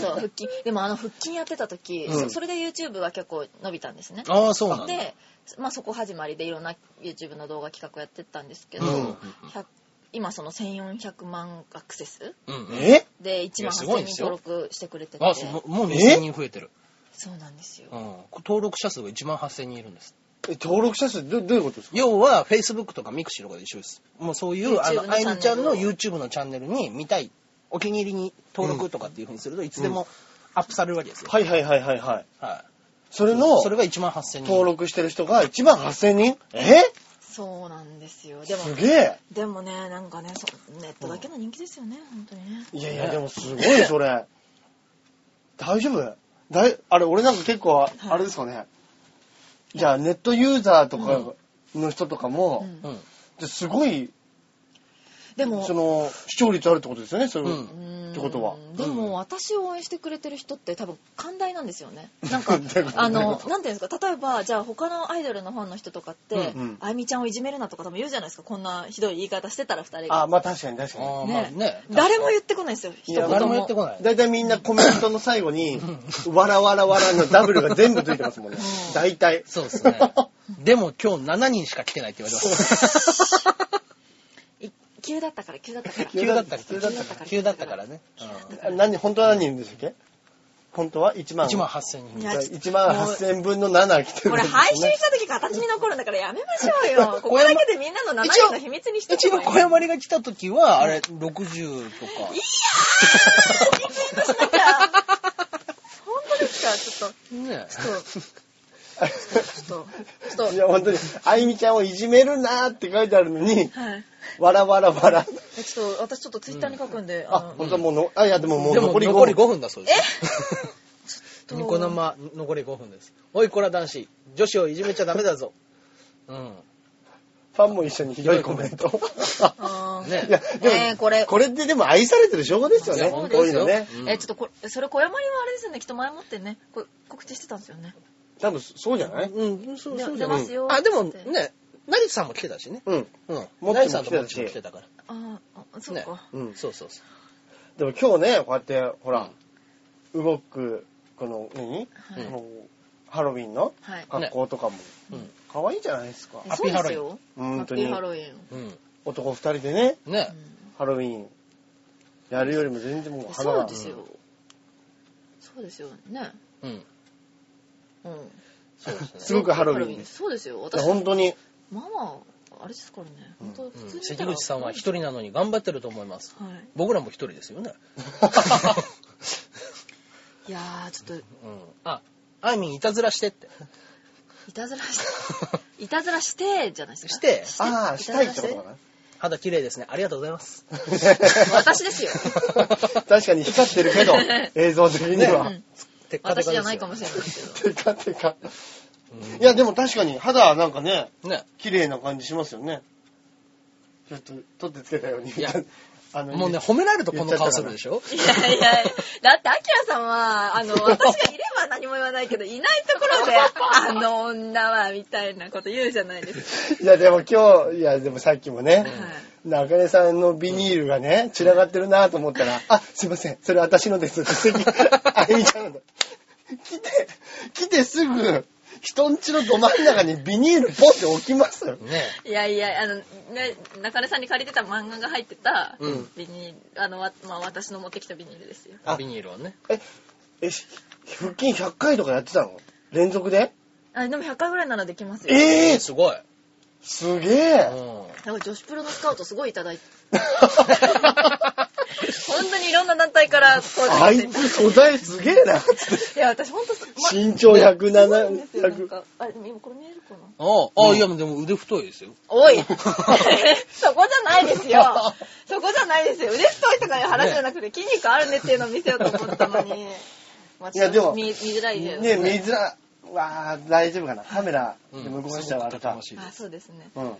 S3: そう腹筋でもあの腹筋やってた時、
S1: うん
S3: そそれで YouTube が結構伸びたんですね。
S2: ああそうなんだ
S3: で、まあ、そこ始まりでいろんな YouTube の動画企画やってったんですけど、
S1: うん
S3: 100今その1400万アクセス
S2: うんうん
S1: え
S3: で1
S2: いや
S3: 万
S2: すごい
S3: 8000
S2: です
S3: 人
S2: よ
S3: 登録してくれてて
S2: あそうももう2000人増えてる、
S3: そうなんですよ
S2: う。ん、登録者数が1万8000人いるんです
S1: え登録者数どどういうことですか
S2: 要は、Facebook とか Mixi とかで一緒です。もうそういう、あ
S3: YouTube
S2: の、
S3: の
S2: あいみちゃんの
S3: チャンネ
S2: YouTube のチャンネルに見たい、お気に入りに登録とかっていう風にすると、いつでもアップされるわけですよ。
S1: はいはいはいはいはい。
S2: は
S1: それ
S2: い。
S1: の
S2: それが1万8000人。
S1: 登録してる人が1万8000人え
S3: そうなんですよ。でも
S1: すげえ
S3: でもねなんかねそネットだけの人気ですよね本当にね。
S1: いやいや、でもす
S3: *laughs*
S1: ごいそれ。大丈夫だいあれ、俺なんか結構、あれですかね。じゃあ、ネットユーザーとかの人とかも
S3: う、ん
S2: うん。
S1: ですごい、
S3: でも
S1: その、視聴率あるってことですよね、そうれ
S2: ん。
S3: っ
S1: ってことは
S3: で
S2: うん
S3: も私を応援してくれてる人って多分寛大なんですよねなんか
S1: どういうこと
S3: *laughs* あのなんていうんですか例えばじゃあ他のアイドルのファンの人とかって、
S1: うんうん
S3: あゆみちゃんをいじめるなとか多分言うじゃないですかこんなひどい言い方してたら2人
S1: あ、
S3: が、
S1: まあ確かに確か
S2: ああ、
S3: ね
S2: まあね。
S3: 誰も言ってこないですよ
S1: い
S3: 一
S1: やあ
S3: 言も
S2: 誰も言ってこな
S1: に。
S2: い。
S1: だいたいみんなコメントの最後に、わらわらわらのダブルが全部ついてますもんね。だいたい。
S2: そうですね。でも今日7人しか来てないって言われてます。
S3: い急だったから今急だったから。
S2: 急だったから。
S1: 急だったから
S2: 急だったからね。
S1: 何、本当は何人いるんでしたっけ本当は1万。
S2: 1万8000人
S3: い。や
S1: 1万8000分の7来てるん
S3: これ
S1: ですね。*laughs*
S3: 配信した時形に残るんだからやめましょうよ。ここだけでみんなの7人の秘密にして
S2: うち
S3: けば
S2: の
S3: いい
S2: 小 *laughs* 山里が来た時は、あれ、60とか。
S3: 本当ですかちょっ
S2: ね
S3: と、ちょっと、ちょっ
S1: いや、本当に、あゆみちゃんをいじめるなーって書いてあるのに、
S3: と、はい。
S1: わらわらわら。
S3: えちょっと、私ちょっとツイッターに書くんで、あ
S1: あ
S3: の、、
S1: 本当はもうの、あ、いや、でももう
S2: でも
S1: 残り5
S2: 残り
S1: 分。
S2: 5分だそうです。
S3: と
S2: ニコ生、残り5分です。おい、こら男子、女子をいじめちゃダメだぞ。うん。
S1: ファンも一緒にひどいコメント。
S3: *laughs* あー
S2: ね
S1: *laughs* いや、
S3: ね
S1: で
S3: え
S1: も、
S3: これ
S1: これってでも愛されてる証拠ですよ
S2: い
S1: ね。
S2: や
S1: こ
S2: 本
S1: う
S2: 当で
S1: いう
S2: すよ
S1: のね。
S2: うん
S3: え、ちょっとこれ、それ小山流はあれですよね、きっと前もってね、こ告知してたんですよね。
S1: 多分そうじゃない
S2: うん、そう
S3: で
S2: そうじ
S3: 出
S2: ゃな
S3: ま
S2: い
S3: すよ。
S2: あ、でも
S3: つって
S2: ね、ナリさんも来てたしね。
S1: うん。
S2: うん。
S1: もっちも
S2: ナリさんともっ
S1: 来て
S2: ちも
S1: たし
S2: 来てたから。
S3: ああ、そっか。
S1: うん。
S2: そうそうそ
S1: でも今日ね、こうやって、ほら、動く、この、何
S3: はい
S1: このハロウィンの
S3: はい。
S1: 格好とかも、
S2: う。うん。
S1: 可愛いじゃないですか。
S2: ハッ
S3: そ
S2: ピー
S3: うで
S2: ハロウィ
S3: す
S2: ン
S3: よ。ハ
S1: 本当
S3: ッピー
S1: に
S3: ハ。ロウィン。
S2: うん。
S1: 男二人でね、
S2: ね。
S1: ハロウィンやるよりも全然もう花
S3: そう
S1: が
S3: で。すよ。そうですよね。
S2: うん。
S3: うん。
S2: そうですね。
S1: すごくハロウィンです。
S3: そうですよ。
S1: いや
S3: 私、
S1: 本当に。
S3: ママ、あれですからね。本当
S2: う
S3: 普通
S2: ん
S3: に見た
S2: 関
S3: ら。
S2: 口さんは一人なのに頑張ってると思います。
S3: はい。
S2: 僕らも一人です
S1: *laughs*
S2: よね。
S3: いやー、ち
S2: う
S3: ょっと、
S2: ん。あ、あいみんいたずらしてって。
S3: いたずら
S1: *laughs*
S3: して、いたずらして、じゃないですか。
S2: して
S1: ああ、したいってことかな。
S2: 肌綺麗ですね。ありがとうございます。
S3: 私ですよ。
S1: *laughs* 確かに光ってるけ
S3: *laughs*
S1: ど、映像的には。
S2: テッカテカです
S3: 私
S2: よ
S3: じゃないかもしれないですけど。
S1: てかてか。いや、でも確かに肌はなんかね、
S2: ね。
S1: 綺麗な感じしますよね。ちょっと、取ってつけたように。
S2: いや
S1: *laughs* あの
S2: もうね、、褒められるとこの顔するでしょ
S3: いやいやいやだって、アキラさんは、
S1: *laughs*
S3: あの、私がいれば何も言わないけど、いないところで、あの女は、みたいなこと言うじゃないです
S1: いや、でも今日、いや、でもさっきもね
S3: か。、はい
S1: 中根さんのビニールがね、散らがってるなと思ったら、あ、すいません、それ私の *laughs* です。って言ってあゆみちゃんの。来て、来てすぐ、人んちのど真ん中にビニールポンって置きます
S2: ね。
S3: いやいや、あの、ね、中根さんに借りてた漫画が入ってた
S2: うん、
S3: ビニール、あの、わまあ、私の持ってきたビニールですよ。
S1: あ
S2: ビニールをね。
S1: え、え、し腹筋100回とかやってたの連続で
S3: あ、でも100回ぐらいならできますよ。
S1: ええ
S2: すごい。
S1: すげ *laughs* え
S2: う。
S3: だから女子プロのスカウトすごいいただいて。本当にいろんな団体から、こう
S1: あいつ素材すげえなつって
S3: いや、私本当、
S1: 身長
S3: ま、そうですよ、なん
S1: 107、
S3: か。あ、でも今これ見えるかなん
S2: *laughs* ああ、いや、でも腕太いですよ。
S3: おい *laughs* そこじゃないですよそこじゃないですよ腕太いとかいう話じゃなくて筋肉あるねっていうのを見せようと思ったのに。まあ、
S1: いやでも
S3: 見見づらいです
S1: ね、見づら、わあ大丈夫かな。カメラで
S2: うん
S1: 向こうましてはあった。
S2: しいで
S3: あ、
S2: す。
S3: そうですね。
S1: うん。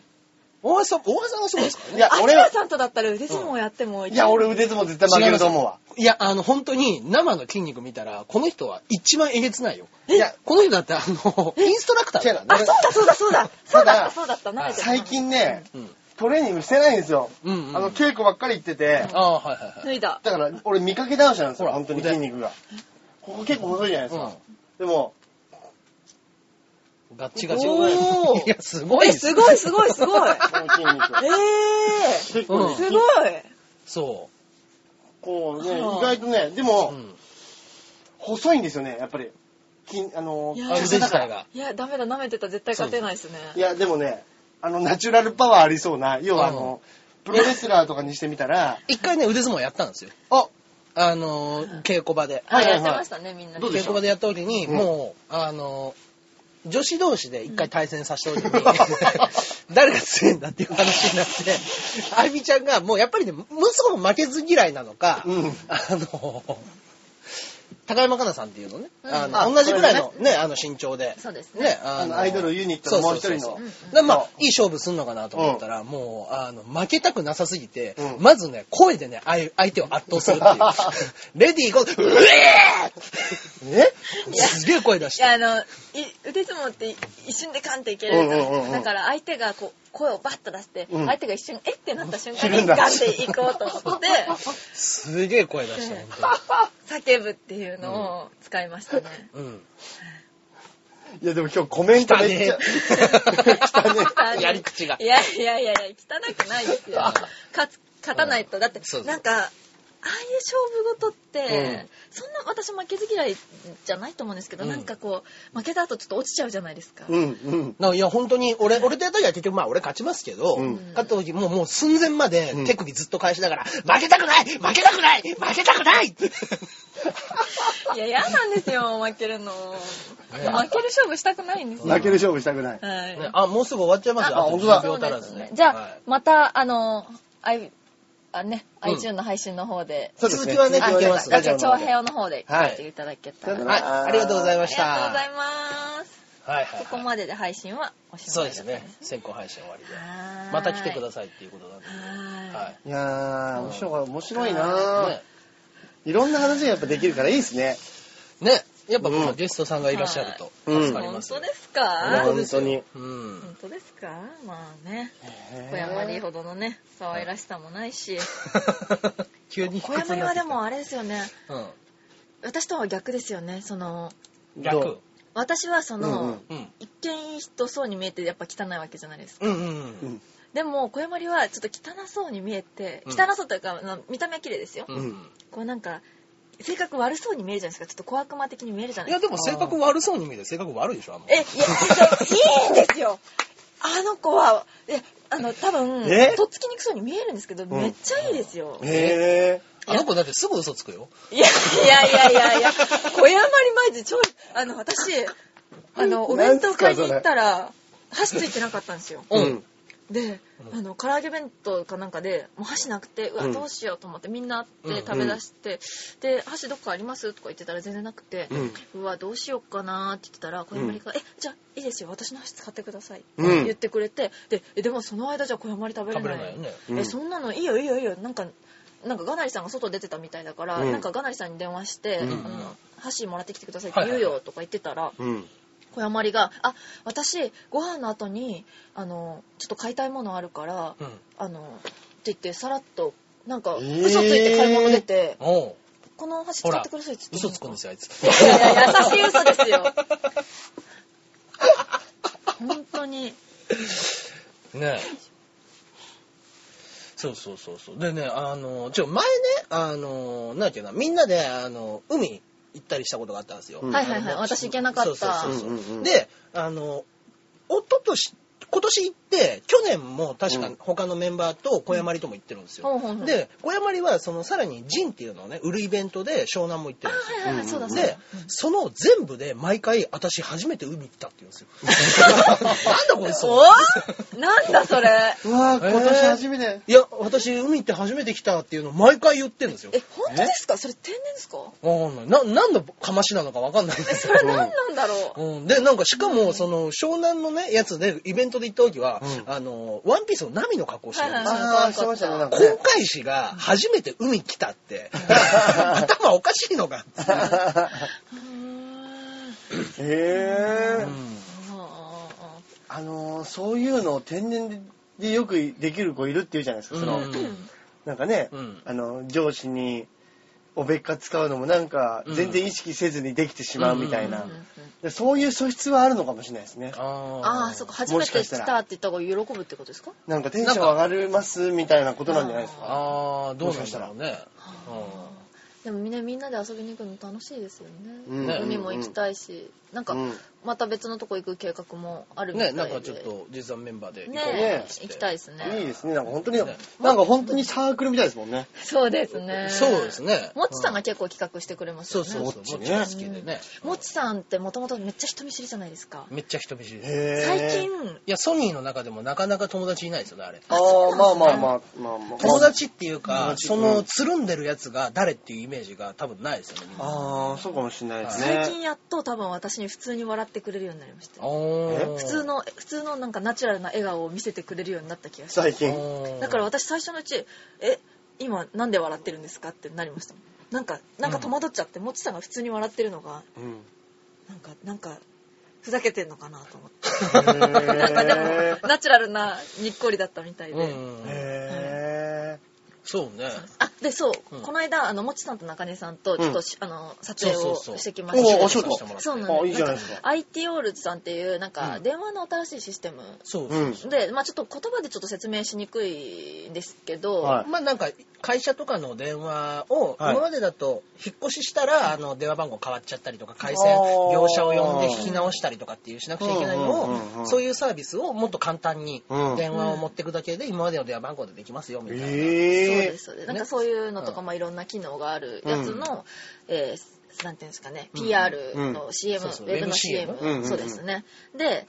S2: 大橋さん、大橋さんがそうですからね
S1: い。や
S3: あ、
S1: 俺
S3: 俺
S1: は
S3: は。さんとだったら腕相撲やっても
S1: いや、俺腕相撲絶対負けると思うわ。
S2: いや、あの、本当に生の筋肉見たら、この人は一番えげつないよ。
S1: いや、
S2: この人だって、あの、インストラクターだから
S3: あ、
S2: ね
S3: そうだそうだそうだそうだったそうだった慣れてる
S1: 最近ね、
S2: うん。
S1: トレーニングしてないんですよ。
S2: うんうん
S1: あの、稽古ばっかり行ってて、
S2: ああ、はいはいは
S3: 脱いだ。
S1: だから俺見かけ倒しなんですよ、
S2: ほら
S1: 本当に筋肉が。ここ結構細いじゃないですか。
S2: い。
S1: でも、
S2: うん。ガッチガチ。
S1: おー
S2: いや、すごい
S3: え、
S2: です
S3: すごいすごいすご
S1: *laughs*
S3: い
S1: この筋
S2: *laughs*
S1: 肉
S3: えー
S1: 結構
S2: うん
S1: ね、
S3: すごい
S2: そ
S1: こうね、意
S3: うん
S1: 外とね、で
S2: う。
S1: も
S2: う、ん。
S1: 細いんですよね、やっぱり。筋、あの
S3: い
S1: ー、
S3: や
S2: あ腕自体が。
S3: いや、ダメだ、舐めてたら絶対勝てないですね。
S1: いや、でもね、あの、ナチュラルパワーありそうな、要はあの、プロレスラーとかにしてみたら、
S2: 一回ね、腕相撲やったんですよ。
S1: あ、
S2: あの、稽古場で。
S1: はいはいはい
S3: やってましたね、みんな
S1: どうで
S2: 稽
S1: し
S2: 古
S1: ょう
S2: 場でやった時に、
S1: うん
S2: もう、あの、女子同士で一回対戦させた時に、 *laughs* 誰が強いんだっていう話になって、
S1: *laughs*
S2: あゆみちゃんが、もうやっぱりね、ものすごく負けず嫌いなのか、
S1: うん
S2: あの、高山かなさんっていうのね、
S3: うん
S2: あ
S1: あ
S2: の同じぐらいのね、あの身長で、
S3: そうですね
S2: ね、
S1: あの、アイドルユニットのもう一人の
S2: そうそうそうそう。だ
S3: ん
S2: からまあ、いい勝負すんのかなと思ったら、もう、あの、負けたくなさすぎて、
S1: うん
S2: まずね、声でね、あい相手を圧倒するっていう。
S1: *laughs*
S2: レディーゴー、うえ
S1: ね
S2: ーすげえ声出し
S3: い
S2: て。
S3: や、あの、い腕相撲って一瞬でカンっていけるじゃないですか。
S1: うんうんうんうん
S3: だから相手がこう、声をバッと出して、
S1: うん
S3: 相手が一瞬、えってなった瞬間
S1: 切るん
S3: に
S1: だ
S3: ガンでいこうと思
S1: *laughs*
S3: って、
S2: すげえ声出した、本
S3: 叫ぶっていうのを使いましたね。
S2: 当に。うん。
S1: いや、でも今日コメン
S3: *laughs*
S1: トめっちゃ、
S2: 汚ねえ
S3: 汚ねえ
S2: やり口が
S3: いやいやいやいや、汚くないですよ。勝つ、勝たないと。だって
S2: そうそう、
S3: なんか、ああいう勝負事って、
S2: うん
S3: そんな私負けず嫌いじゃないと思うんですけど、
S2: うん
S3: なんかこう、負けた後ちょっと落ちちゃうじゃないですか。
S1: *laughs* うんうん。
S2: ないや、本当に、俺、俺とやった時は結局、まあ、俺勝ちますけど、
S1: うん
S2: 勝った時、もう、もう寸前まで
S1: うん
S2: 手首ずっと返しながら、負けたくない負けたくない負けたくない
S3: *laughs* いや、嫌なんですよ、負けるの。負ける勝負したくないんですよ。
S1: 負ける勝負したくない。
S3: はい。
S2: ねあ、もうすぐ終わっちゃいますよ。
S1: あ
S2: と
S1: 本当だ
S2: 10秒足ら
S3: そ
S2: ず
S3: うです
S2: ね
S3: ね。じゃあ、
S2: はい
S3: また、あの、アイあね、
S2: うん
S3: iTune の配信の方で、
S1: そうですね
S2: 続きはね
S1: 続き
S2: 聞けます
S3: ラ
S1: ラ
S3: ジ
S1: ジ
S3: オ
S1: オの
S3: 長編の方で
S1: はい
S3: 聞いていただけたら。
S1: さよなら
S2: はい、ありがとうございま
S3: あり
S2: した。
S3: がとうござい
S2: ま
S3: ます。
S2: す。はい、はい。
S3: ここまでで配信はおし
S2: そ
S3: ま
S2: う
S3: い
S2: ですね。先行配信終わりで。
S3: はーい
S2: また来てくださいっていうことなんで。
S3: は
S2: はいい。
S1: いやー、面白い、面白いな
S2: ね
S1: ー。いろんな話がやっぱできるからいいですね。
S2: ね、やっぱこ
S1: う
S2: の
S1: ん
S2: ゲストさんがいらっしゃると
S1: うん
S2: 助かり
S3: 本
S2: ます、
S3: 当
S2: ね
S3: です
S1: いや
S3: か
S1: 本当に。
S2: うん。
S3: 本当ですかまあね、小山里ほどのね、可愛らしさもないし、
S2: 急に
S3: *laughs* 小山里はでもあれですよね、
S2: うん。
S3: 私とは逆ですよね、その、
S2: 逆。
S3: 私はその、
S1: うんうん
S2: うん。
S3: 一見いい人そうに見えてやっぱ汚いわけじゃないですか
S2: うんうん
S1: う
S2: うん。
S1: ん。
S3: でも小山里はちょっと汚そうに見えて
S2: うん
S3: 汚そうというか、あの見た目は綺麗ですよ、
S2: うんうん
S3: こうなんか性格悪そうに見えるじゃないですかちょっと小悪魔的に見えるじゃないいで
S2: や
S3: すか
S2: でも性格悪そうに見えて性格悪いでしょあんま
S3: えいやいやいいんですよあの子はえあの多分
S1: え
S3: とっつきにくそうに見えるんですけどめっちゃいいですよ、
S1: へ
S2: あの子だってすぐ嘘つくよ
S3: いやいやいやいやいや、小山にマジ超、あの、私、あの、お弁当買いに行ったら、箸ついてなかったんですよ。
S1: ー。
S2: うん。
S3: で、
S2: うん
S3: あの、唐揚げ弁当かなんかで、もう箸なくて、うわ、
S1: うん
S3: どうしようと思って、みんな
S2: うん
S3: で食べ出して、で、箸どっかありますとか言ってたら全然なくて、
S1: うん。
S3: うわ、どうしようかなーって言ってたら、小山里が、え、じゃあいいですよ、私の箸使ってください。
S1: うん
S3: 言ってくれて、で、えでもその間じゃ小山里食べれ
S2: 食べ
S3: な
S2: れ
S3: い。
S2: ないよね
S1: うん
S3: えそんなのいいよいいよいいよなんかなんかガナリさんが外出てたみたいだから、
S1: うん
S3: なんかガナリさんに電話して、
S1: うん
S3: あの箸もらってきてくださいって言う
S2: はいはいは
S3: よ
S2: い
S3: とか言ってたら、
S1: うん。
S3: 小山里が「あ私ご飯の後にあのちょっと買いたいものあるから、
S2: うん
S3: あの」って言ってさらっとなんか
S1: えー
S3: 嘘ついて買い物出て「
S2: おう
S3: この箸
S2: ほ
S3: 使っ
S2: ら
S3: てください」って言って
S2: 嘘つくんですよあいつ
S3: *laughs* いやいや優しい嘘です
S2: *laughs*
S3: よ本当に
S2: ねえそうそうそうそうでねあのちょ前ねあのなんていうのみんなであの海行ったりしたことがあったんですよ、
S1: うん
S3: はいはいはい私行けなかった
S2: そうそうそう
S1: うんうんうん
S2: であのおととし今年行って去年も確か
S1: うん
S2: 他のメンバーと小山里とも行ってるんです
S3: ほう
S2: よ、
S3: ほうほう
S2: で小山里はそのさらにジンっていうのをね売るイベントで湘南も行って
S3: あ
S2: るんですよ
S3: はいはいはい、そうだそうだ
S2: で、その全部で毎回私初めて海行ったって言うんですよ
S3: *laughs*
S2: なんだこれそう
S3: おなんだそれ
S1: うわー、今年初めて。
S2: いや、私、海行って初めて来たっていうのを毎回言ってるんですよ。
S3: え、本当ですかそれ天然ですか
S2: わかんない。な、何のかましなのかわかんないんで
S3: え、
S2: す
S3: そ
S2: よ。
S3: れ何なんだろう、
S2: うん、で、なんか、しかも、その、湘南のね、やつで、イベントで行った時は、
S1: うん
S2: あの、ワンピースのナミの格好してるんですよ。
S3: はいはい
S1: あー、してましたね。なんか
S2: 今
S1: ね
S2: 回氏が初めて海来たって、頭おかしいのか。
S1: へ
S2: う
S1: ー。
S2: ん
S1: あのー、そういうのを天然でよくできる子いるって言うじゃないですか。その、
S2: うん
S1: なんかね、
S2: うん
S1: あの、上司におべっか使うのもなんか
S2: うん
S1: 全然意識せずにできてしまうみたいな。
S2: うんうん
S1: でそういう素質はあるのかもしれないですね。
S2: あ
S3: ああ、そっか、初めて来たって言った方が喜ぶってことですか
S1: なんかテンション上がりますみたいなことなんじゃないですか。
S2: あーどうなんだろうね。
S3: でもみんなみんなで遊びに行くの楽しいですよ
S1: う
S3: ね。
S1: ん
S2: ね
S3: 海も行きたいし、なんか
S1: うん、
S3: また別のとこ行く計画もある
S2: うん
S3: みたい
S2: ね、
S3: で。
S2: なんかちょっと、実はメンバーで行こうか
S3: ね
S2: っつって
S3: 行きたいです
S1: いいで
S3: ね。
S1: すね。なんか本当に、
S2: ね
S1: なんか本当にサークルみたいですもんね。
S3: そうですね。
S2: そうです。ね。
S3: もっちさんが結構企画してくれます
S2: そ
S3: よ
S2: う
S3: ね。
S2: そうそう。
S1: そ
S2: もっ
S1: うね
S2: ちが好きでね。
S3: もっちさんってもともとめっちゃ人見知りじゃないですか。
S2: めっちゃ人見知りです。
S1: へー
S3: 最近、
S2: いや、ソニーの中でもなかなか友達いないですよね、あれ。
S1: ああ、まあまあまあ、まあまあ。
S2: 友達っていうか
S1: 友、達
S2: その、つるんでるやつが誰っていうイメージが多分ないですよね、みんな。
S1: ああ、そうかもしれないですね。
S3: 最近やっと多分私に普通に笑ってくれるようになりました
S2: おー
S3: 普通。の普通のなんかナチュラルな笑顔を見せてくれるようになった気がして
S1: 最近。
S3: だから私最初のうち「え今なんで笑ってるんですか?」ってなりましたもんなんかなんか戸惑っちゃって、もちさんが普通に笑ってるのが
S1: うん。
S3: なんかなんかふざけてんのかなと思って
S1: へ
S3: なんかで
S1: ー
S3: もナチュラルなにっこりだったみたいで、
S2: うん。
S1: へ
S2: そうね。
S3: あ、で、そう、
S2: うん
S3: この間、あの、もちさんと中根さんと、ちょっとし、あの、撮影
S2: そう
S3: を
S2: そうそう
S3: してきま
S1: お
S3: した。
S1: お、お仕事
S2: させてもらっ。て
S3: そうなん
S1: あ
S3: です。
S1: いいじゃないですか
S3: ん IT オールズさんっていう、なんか、
S2: うん
S3: 電話の新しいシステム。
S2: そう
S1: う
S2: そうんそ
S3: で、まあちょっと言葉でちょっと説明しにくいんですけど、
S1: は
S2: う。まあなんか、会社とかの電話を、
S1: はい
S2: 今までだと、引っ越ししたら、あの、電話番号変わっちゃったりとか、回線
S1: あ、ー
S2: 業者を呼んで引き直したりとかっていうしなくちゃいけない
S1: うんうんうんう
S2: のを、
S1: ん
S2: そういうサービスをもっと簡単に、
S1: うん
S2: 電話を持っていくだけで、今までの電話番号でできますよ、みたいな。
S3: そう
S1: ええ
S3: ですそうですなんかそういうのとか、まあいろんな機能があるやつの、えーなんていうんですかね、
S2: うん
S3: PR
S1: う
S3: の CM、
S2: そうそう
S3: ウ
S2: ウ
S3: ェブ
S2: ェ
S3: の
S2: ブ
S3: CM、
S1: うんうんうん
S3: そうですね。で、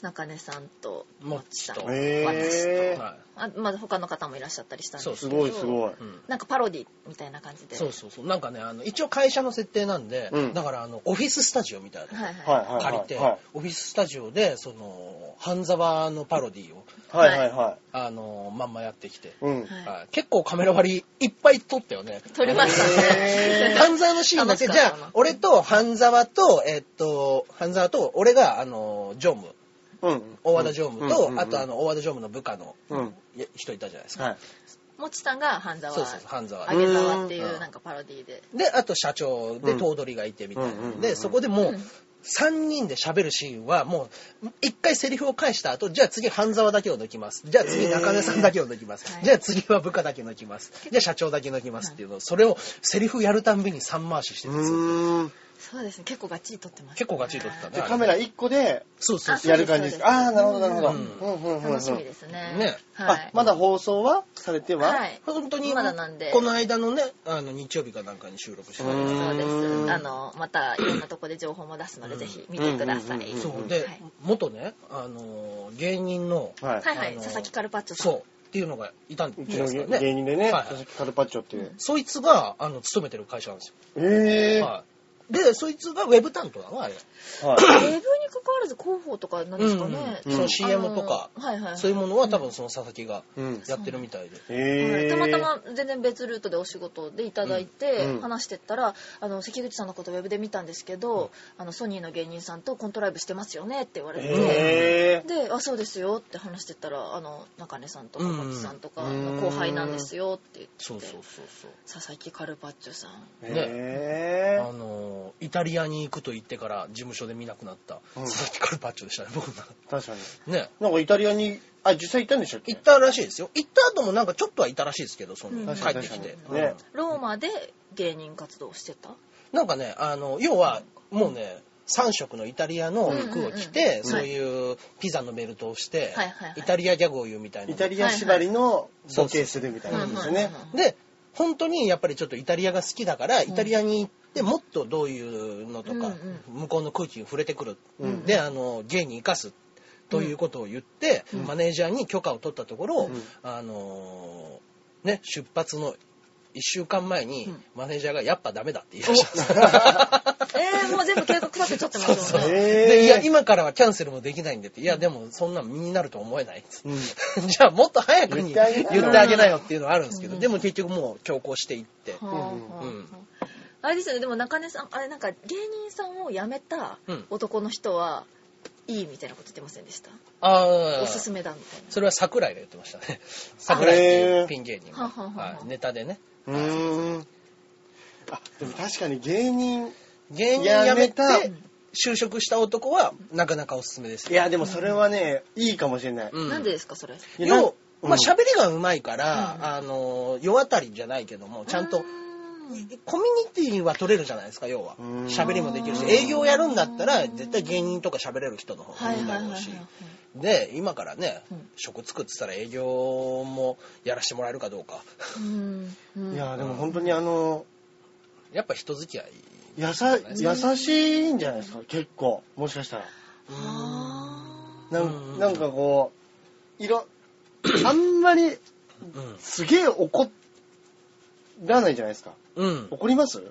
S3: 中根さんと、もっちさん、
S2: もっちと
S1: へ
S3: 私
S1: ー
S3: と、
S2: は
S3: あまあ他の方もいらっしゃったりしたんですけど、
S1: すごいすごい。
S2: い。うん
S3: なんかパロディみたいな感じで。
S2: そうそうそう。なんかね、あの、一応会社の設定なんで、
S1: うん
S2: だから、あの、オフィススタジオみたいなとこ
S3: はい
S1: はい
S3: は
S1: はいはい。
S2: 借りて、
S1: は
S2: オフィススタジオで、その、半沢のパロディを、
S1: いはいはいは
S2: あの、まんまやってきて、
S1: い。うん
S3: い。。はい
S2: はい結構カメラ割りいっぱい撮ったよね。
S3: 撮りました
S1: へ
S3: ね。
S2: *laughs* 半沢のシーンだけ、
S3: 楽
S2: じ
S3: し
S2: ゃ
S3: かったな
S2: あ、俺と半沢と、えっと、半沢と、俺が、あの、常務、
S1: うん。
S2: 大和田常務と、
S1: うん
S2: あと、あ、の、大和田常務の部下の
S1: うんうん。
S2: いや人いたじゃないですか。
S1: はい。
S3: *laughs* もちさんが半沢、
S2: そうそうそう、半沢
S3: あげ沢ってい
S2: うん
S3: うなんかパロディで。
S2: で、あと社長で
S1: うん
S2: 頭取がいてみたいな、
S1: うんうん
S2: ん、
S1: うんう
S2: で、
S1: ん
S2: そこでも
S3: う、
S2: うん3人で喋るシーンは、もう、一回セリフを返した後、じゃあ次、半沢だけを抜きます。じゃあ次、中根さんだけを抜きます。
S3: はい
S2: じゃあ次は部下だけ抜きます。じゃあ社長だけ抜きますっていうのを、それを、セリフやるたんびに3回しして
S1: う
S2: るんですよ。
S1: ーん。
S3: そうですね、結構ガッチリ撮ってました、
S2: 結構ガチリ撮ってた
S1: で、
S2: ね。
S1: カメラ1個で
S2: そうそうそう。
S1: やる感じですか。ああー、なるほどなるほど。
S2: う
S1: うんんうんうんうん。
S3: 楽しみですね。
S2: ね
S3: は
S1: あ
S3: い、。
S1: まだ放送はされては
S3: はい。
S2: 本当に、
S3: まだなんで
S2: この間のね、あの、日曜日かなんかに収録してたりとか
S1: うん
S3: そうで
S1: う
S3: す。
S1: ん
S3: あの、またいろんなとこで情報も出すので、
S2: うん
S3: ぜひ見てください。
S1: うんうんうん
S2: そうで、
S3: はい
S2: 元ね、あの、芸人の、
S1: はい。
S3: はいは
S2: あ
S3: い、
S2: の
S3: 佐々木カルパッチョさん。
S2: そう、っていうのがいたん
S1: う
S2: で
S1: ち
S2: す
S1: の
S2: よね。
S1: 芸人でね、
S2: はい
S1: 佐々木カルパッチョっていう。
S2: そいつが、あの、勤めてる会社なんですよ。
S1: ええ。は
S2: はい。で、そいつがウェブ担当なのあれ。
S3: ウ
S1: い。
S3: ェブに関わらず広報とかなんですかね。
S2: うんうんその CM とか
S3: あのはいはい。
S2: そういうものは多分その佐々木が
S1: うん。
S2: やってるみたいで。
S1: え
S3: は
S1: え。
S3: いたまたま全然別ルートでお仕事でいただいて
S1: うんうん
S3: 話してったら、あの関口さんのことウェブで見たんですけど、あのソニーの芸人さんとコントライブしてますよねって言われて、
S1: ええ。
S3: で「あそうですよ」って話してたらあの中根さんとか
S2: うん
S3: 松さんとかの後輩なんですよって言って、
S2: そうそうそうそう。
S3: 佐々木カルパッチョさん
S1: え
S2: あのー、イタリアに行くと言ってから事務所で見なくなった
S1: うん
S2: 佐々木カルパッチョでしたね、僕が。
S1: え。確かに。
S2: ね。
S1: なんかイタリアに、あ、実際行ったんでしたっけ
S2: 行ったらしいですよ。行った後もなんかちょっとはいたらしいですけど、その、
S3: うん
S2: 帰ってきて
S1: 確。かにね
S3: ローマで芸人活動して
S2: *laughs*
S3: た
S2: うんなんかね、あの、要は、もうね、3色のイタリアの服を着て、
S3: うんうんうん
S2: そういうピザのベルトをして
S3: はいはいは、い
S2: イタリアギャグを言うみたいな。
S1: イタリア縛りのボケするみたいなことですね。
S2: で本当にやっぱりちょっとイタリアが好きだから、イタリアに行ってもっとどういうのとか、
S3: うん
S2: 向こうの空気に触れてくる、
S1: うん
S2: であの芸に生かすということを言って、マネージャーに許可を取ったところ、
S1: うん
S2: あのーね出発の1週間前に、
S3: うん
S2: マネージャーがやっぱダメだって言いました。
S3: えー、もう全部計画立てちゃってますよね
S2: *laughs*
S1: え
S2: で
S1: え。
S2: いや、今からはキャンセルもできないんでって、いや、でも、そんなん身になると思えないっつって。 *laughs*
S1: うん
S2: じゃあ、もっと早くに
S1: 言ってあげ
S2: 言
S1: な
S2: ってあげなよっていうのはあるんですけ
S3: う
S2: ど、
S3: ん
S2: でも結局もう強行していって。
S3: はあはあはああれですよねでも中根さんあれなんか芸人さんを辞めた
S2: うん
S3: 男の人は、いいみたいなこと言ってませんでした
S2: ああ、
S3: おすすめだみたいな
S2: それは桜井が言ってました
S3: *laughs*
S2: ね。桜井っていうピン芸人が、
S3: はははは
S2: はいネタでね。
S1: うーん。あ、でも確かに芸人、
S2: 芸人辞めて
S1: 辞め
S2: 就職した男はなかなかおすすめです
S1: い
S2: よ。
S1: や、でもそれはね、いいかもしれない。
S2: うん
S3: なんでですかそれ
S1: いや
S2: 要、まあ
S1: なん
S2: 喋りがうまいから、
S3: うん
S2: あの、世渡りじゃないけども、ちゃんと
S3: う、ーん
S2: コミュニティは取れるじゃないですか、要は
S1: うん。
S2: 喋りもできるし
S3: う、ん
S2: 営業やるんだったら、絶対芸人とか喋れる人の方
S3: は
S2: が
S3: い
S2: いい
S3: はい
S2: だ
S3: はい
S2: ろ
S3: は
S2: う
S3: い
S2: し。で、今からね
S3: うん、
S2: 職作ってたら営業もやらせてもらえるかどうか。
S3: うんうん
S1: いや、でも本当にあの、
S2: やっぱ人付き合い。
S1: やさ、優しいんじゃないですか、結構。もしかしたら。
S3: あ
S1: な
S2: うん
S1: んなんかこう、いろ、 *clears throat* あんまり、
S2: うん
S1: すげえ怒らないじゃないですか。
S2: うん。
S1: 怒ります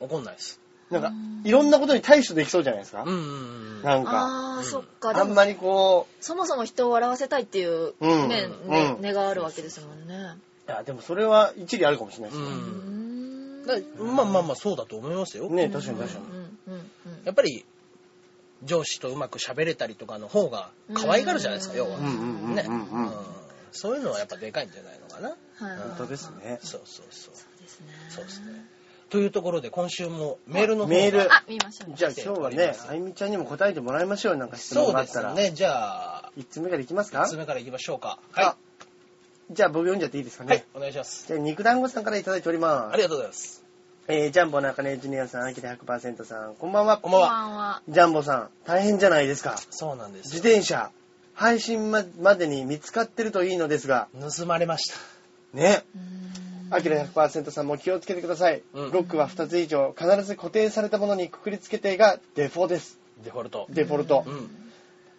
S2: 怒んないです。
S1: なんか、いろんなことに対処できそうじゃないですか
S2: う。ん。
S1: なん
S3: ー
S1: か、
S3: あー
S2: うん
S3: そっか
S1: あ
S3: で
S1: ん
S3: も
S1: まりこ
S3: そもそも人を笑わせたいっていう
S1: うん
S3: ね
S1: うん
S3: ね
S1: うん
S3: 根があるわけですもんね
S1: う、いや、でもそれは一理あるかもしれないで
S2: う。
S1: すね。
S3: うんん
S2: だまあまあまあ、そうだと思いますよ。
S1: ね、確かに確かに。
S3: うんうんうん
S2: やっぱり、上司とうまく喋れたりとかの方が可愛がるじゃないですか、要は。
S1: うんうんうんうんうん
S2: ね。そういうのはやっぱでかいんじゃないのかな。
S3: はい
S2: うん
S1: 本当ですね。
S2: そうそうそう。
S3: そうですね。
S2: そうですね。というところで今週もメールの方が
S1: メール
S3: あ、見ましょう。
S1: じゃあ今日はね、あゆみちゃんにも答えてもらいましょうよ。なんか質問
S2: そう
S1: があ
S2: で
S1: った
S2: す
S1: ら。
S2: ね。じゃあ、
S1: 1つ目からいきます
S2: 3
S1: か
S2: つ目からいきましょうか。
S1: あ
S2: は
S1: じゃあ僕読んじゃっていいですか
S2: い。
S1: ね。
S2: はい、お願いします。
S1: じゃあ肉団子さんからいただいておりま
S2: ありがとうございます。
S1: す。えー、ジャンボ中根ジュニアさん、アキラ100%さん、こんばんは。
S2: こんば
S3: こ
S2: んは。
S3: んばんは。
S1: ジャンボさん、大変じゃないですか。
S2: そうなんです
S1: 自
S2: よ。
S1: 転車、配信ままでに見つかってるといいのですが、
S2: 盗まれました。
S1: ね。
S3: うーん
S1: アキラ100%さんも気をつけてください。
S2: うん
S1: ロックは2つ以上、必ず固定されたものにくくりつけてがデフォです。
S2: デフォルト。
S1: デフォルト。
S2: うん。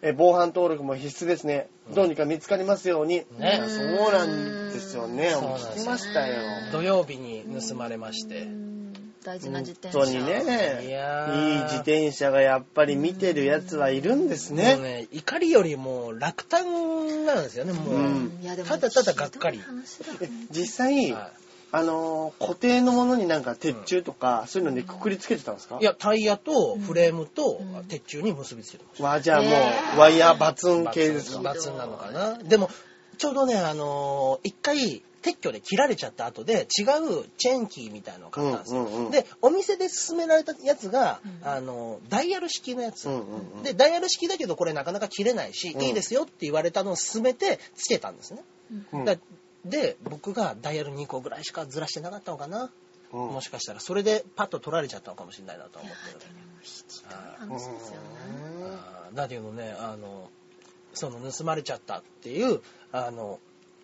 S1: え防犯登録も必須ですね。どうにか見つかりますように。
S2: ね
S1: そうなんですよね。
S2: そうなんですよ
S1: 聞きましたよ。
S2: 土曜日に盗まれまして。
S3: うーん大事な自転
S1: 本
S3: 車。
S1: 当にね。
S2: い
S1: い
S2: やー
S1: い自転車がやっぱり見てるやつはいるんですね。
S2: もうね、怒りよりも落胆なんですよね、もう。
S1: うん
S3: いやでも
S2: ただただがっかり
S3: ひどい話だ
S1: え
S3: ね
S1: 実際、
S2: は
S1: あのー固定のものになんか鉄柱とか、そういうのにくくりつけてたんですか
S2: い、いや、タイヤとフレームと
S3: うん
S2: 鉄柱に結びつけてまし
S1: わあじゃあもう、
S3: え
S1: ワイヤーバツ
S2: た。
S1: ン系ですか
S2: バツンなのかな。でも、ちょうどね、あのー一回、撤去で切られちゃった後で違うチェーンキーみたいなのを買ったんですよ、
S1: うんうんうん
S2: でお店で勧められたやつが、
S3: うん
S2: あのーダイヤル式のやつ、
S1: うんうんうん
S2: でダイヤル式だけどこれなかなか切れないし、
S1: うん
S2: いいですよって言われたのを勧めてつけたんですね、
S1: うん
S2: だで僕がダイヤル2個ぐらいしかずらしてなかったのかな、
S1: うん
S2: もしかしたらそれでパッと取られちゃったのかもしれないなとは思ってる
S3: でもひどい話ですよね。
S2: あーだけどねあのその盗まれちゃったっていうあの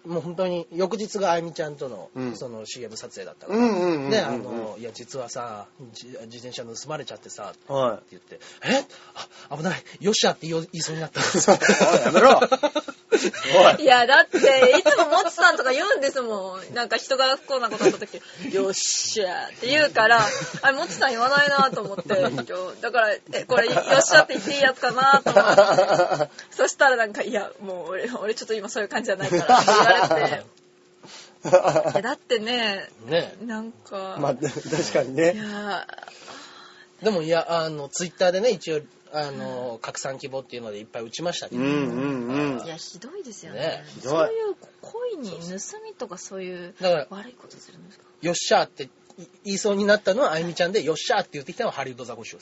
S2: もう本当に翌日があゆみちゃんとの,、
S1: うん
S2: その CM 撮影だったか
S1: う
S2: ら、
S1: んうんうんうんうん
S2: であの「いや実はさじ自転車盗まれちゃってさ」って
S1: はい
S2: 言って「えあ危ないよっしゃ」って言お言いそうになったんです
S1: *laughs*
S2: よ
S1: おいやめろお
S3: い
S1: い
S3: や、だって、いつももちさんとか言うんですもん。なんか人が不幸なことあった時、よっしゃーって言うから、あれ、もちさん言わないなと思って、今日。だから、え、これ、よっしゃって言っていいやつかなと思って。そしたらなんか、いや、もう俺、俺ちょっと今そういう感じじゃないからって言われて。いや、だってね、
S2: ね
S3: なんか、
S1: *laughs* まあ確かに
S3: い
S1: ね
S3: や
S2: でもいやあのツイッターでね一応あの拡散希望っていうのでいっぱい打ちましたけ
S1: うん
S2: ど、
S1: うんうん
S3: ー、いや、ひどいですよね。
S2: ね
S1: ひどい
S2: *laughs*
S3: そういう恋に盗みとかそういう
S2: だから
S3: 悪いことするんですか *laughs*
S2: よっしゃーってい言いそうになったのはあゆみちゃんで、よっしゃーって言ってきたのはハリウッドザコシショウ
S1: *laughs*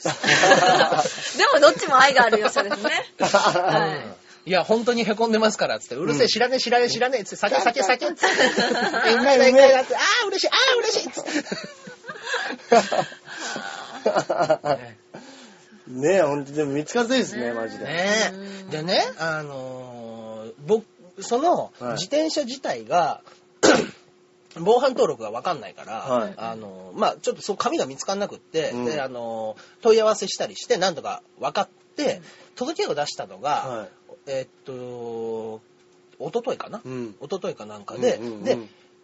S2: です。
S3: でもどっちも愛がある良さですね。はい
S2: や、本当にへこんでますから、つって、うるせえ、知らねえ、知らねえ、知らねえ、つって、酒、酒、
S1: *laughs*
S2: 酒、つって、宴会だ、宴会だ、つって、ああ、嬉しい、ああ、嬉しい、つって。
S1: *laughs* ねえ本当でも見つかりづらいですね
S3: ね
S1: マジで、
S2: ね
S3: う
S2: え。
S3: ん
S2: でね、あのー僕、その
S1: はい、
S2: 自転車自体が、 *coughs* 防犯登録がわかんないから、
S1: はい
S2: あのーまあちょっとその紙が見つかんなくって、
S1: うん
S2: で、あのー問い合わせしたりして、なんとか分かって、届けを出したのが、
S1: はい
S2: えっと、一昨日かな、
S1: うん
S2: 一昨日かなんかで、
S1: うんうんうん
S2: で、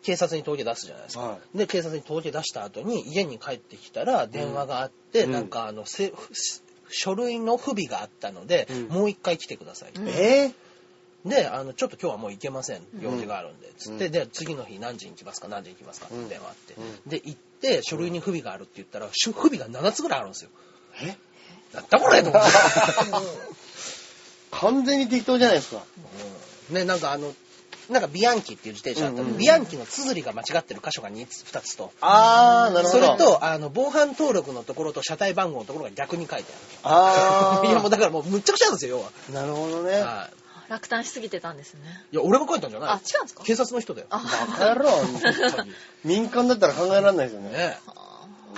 S2: 警察に届け出すじゃないですか。
S1: は
S2: で、警察に届け出した後に、家に帰ってきたら、電話があって、
S1: うん
S2: なんか、あの、せ書類の不備があったので、
S1: うん
S2: もう一回来てください。
S3: うん
S1: え
S2: で、あの、ちょっと今日はもう行けません。用事があるんで。つって、
S1: うん
S2: で、次の日何時に行きますか、何時に行きますかって電話あって。
S1: う
S2: で、行って、書類に不備があるって言ったら、しゅ不備が7つぐらいあるんですよ。
S1: え
S2: なんだこれと思
S1: *laughs*
S2: って。
S1: 完全に適当じゃないですか
S2: ね、なんかあの、なんかビアンキっていう自転車だったの、
S1: うんうん
S2: ビアンキの綴りが間違ってる箇所が 2, つ2つと。
S1: ああなるほ
S2: そ
S1: ど
S2: れと、あの、防犯登録のところと車体番号のところが逆に書いてあ *laughs*
S1: あ
S2: *laughs* る。いや、もう
S1: あ
S2: だからもうむっちゃくちゃなんですよ、要は。
S1: なるほどね
S2: はい
S3: 落胆しすぎてたんですね。
S2: いや、俺が書いたんじゃない
S3: あ、違うんですか
S2: 警察の人
S1: *laughs*
S2: だよ。
S3: あ
S1: バカ
S2: *laughs*
S1: 野郎
S2: 本当に
S1: 民間だったら考えられないですよね
S2: ね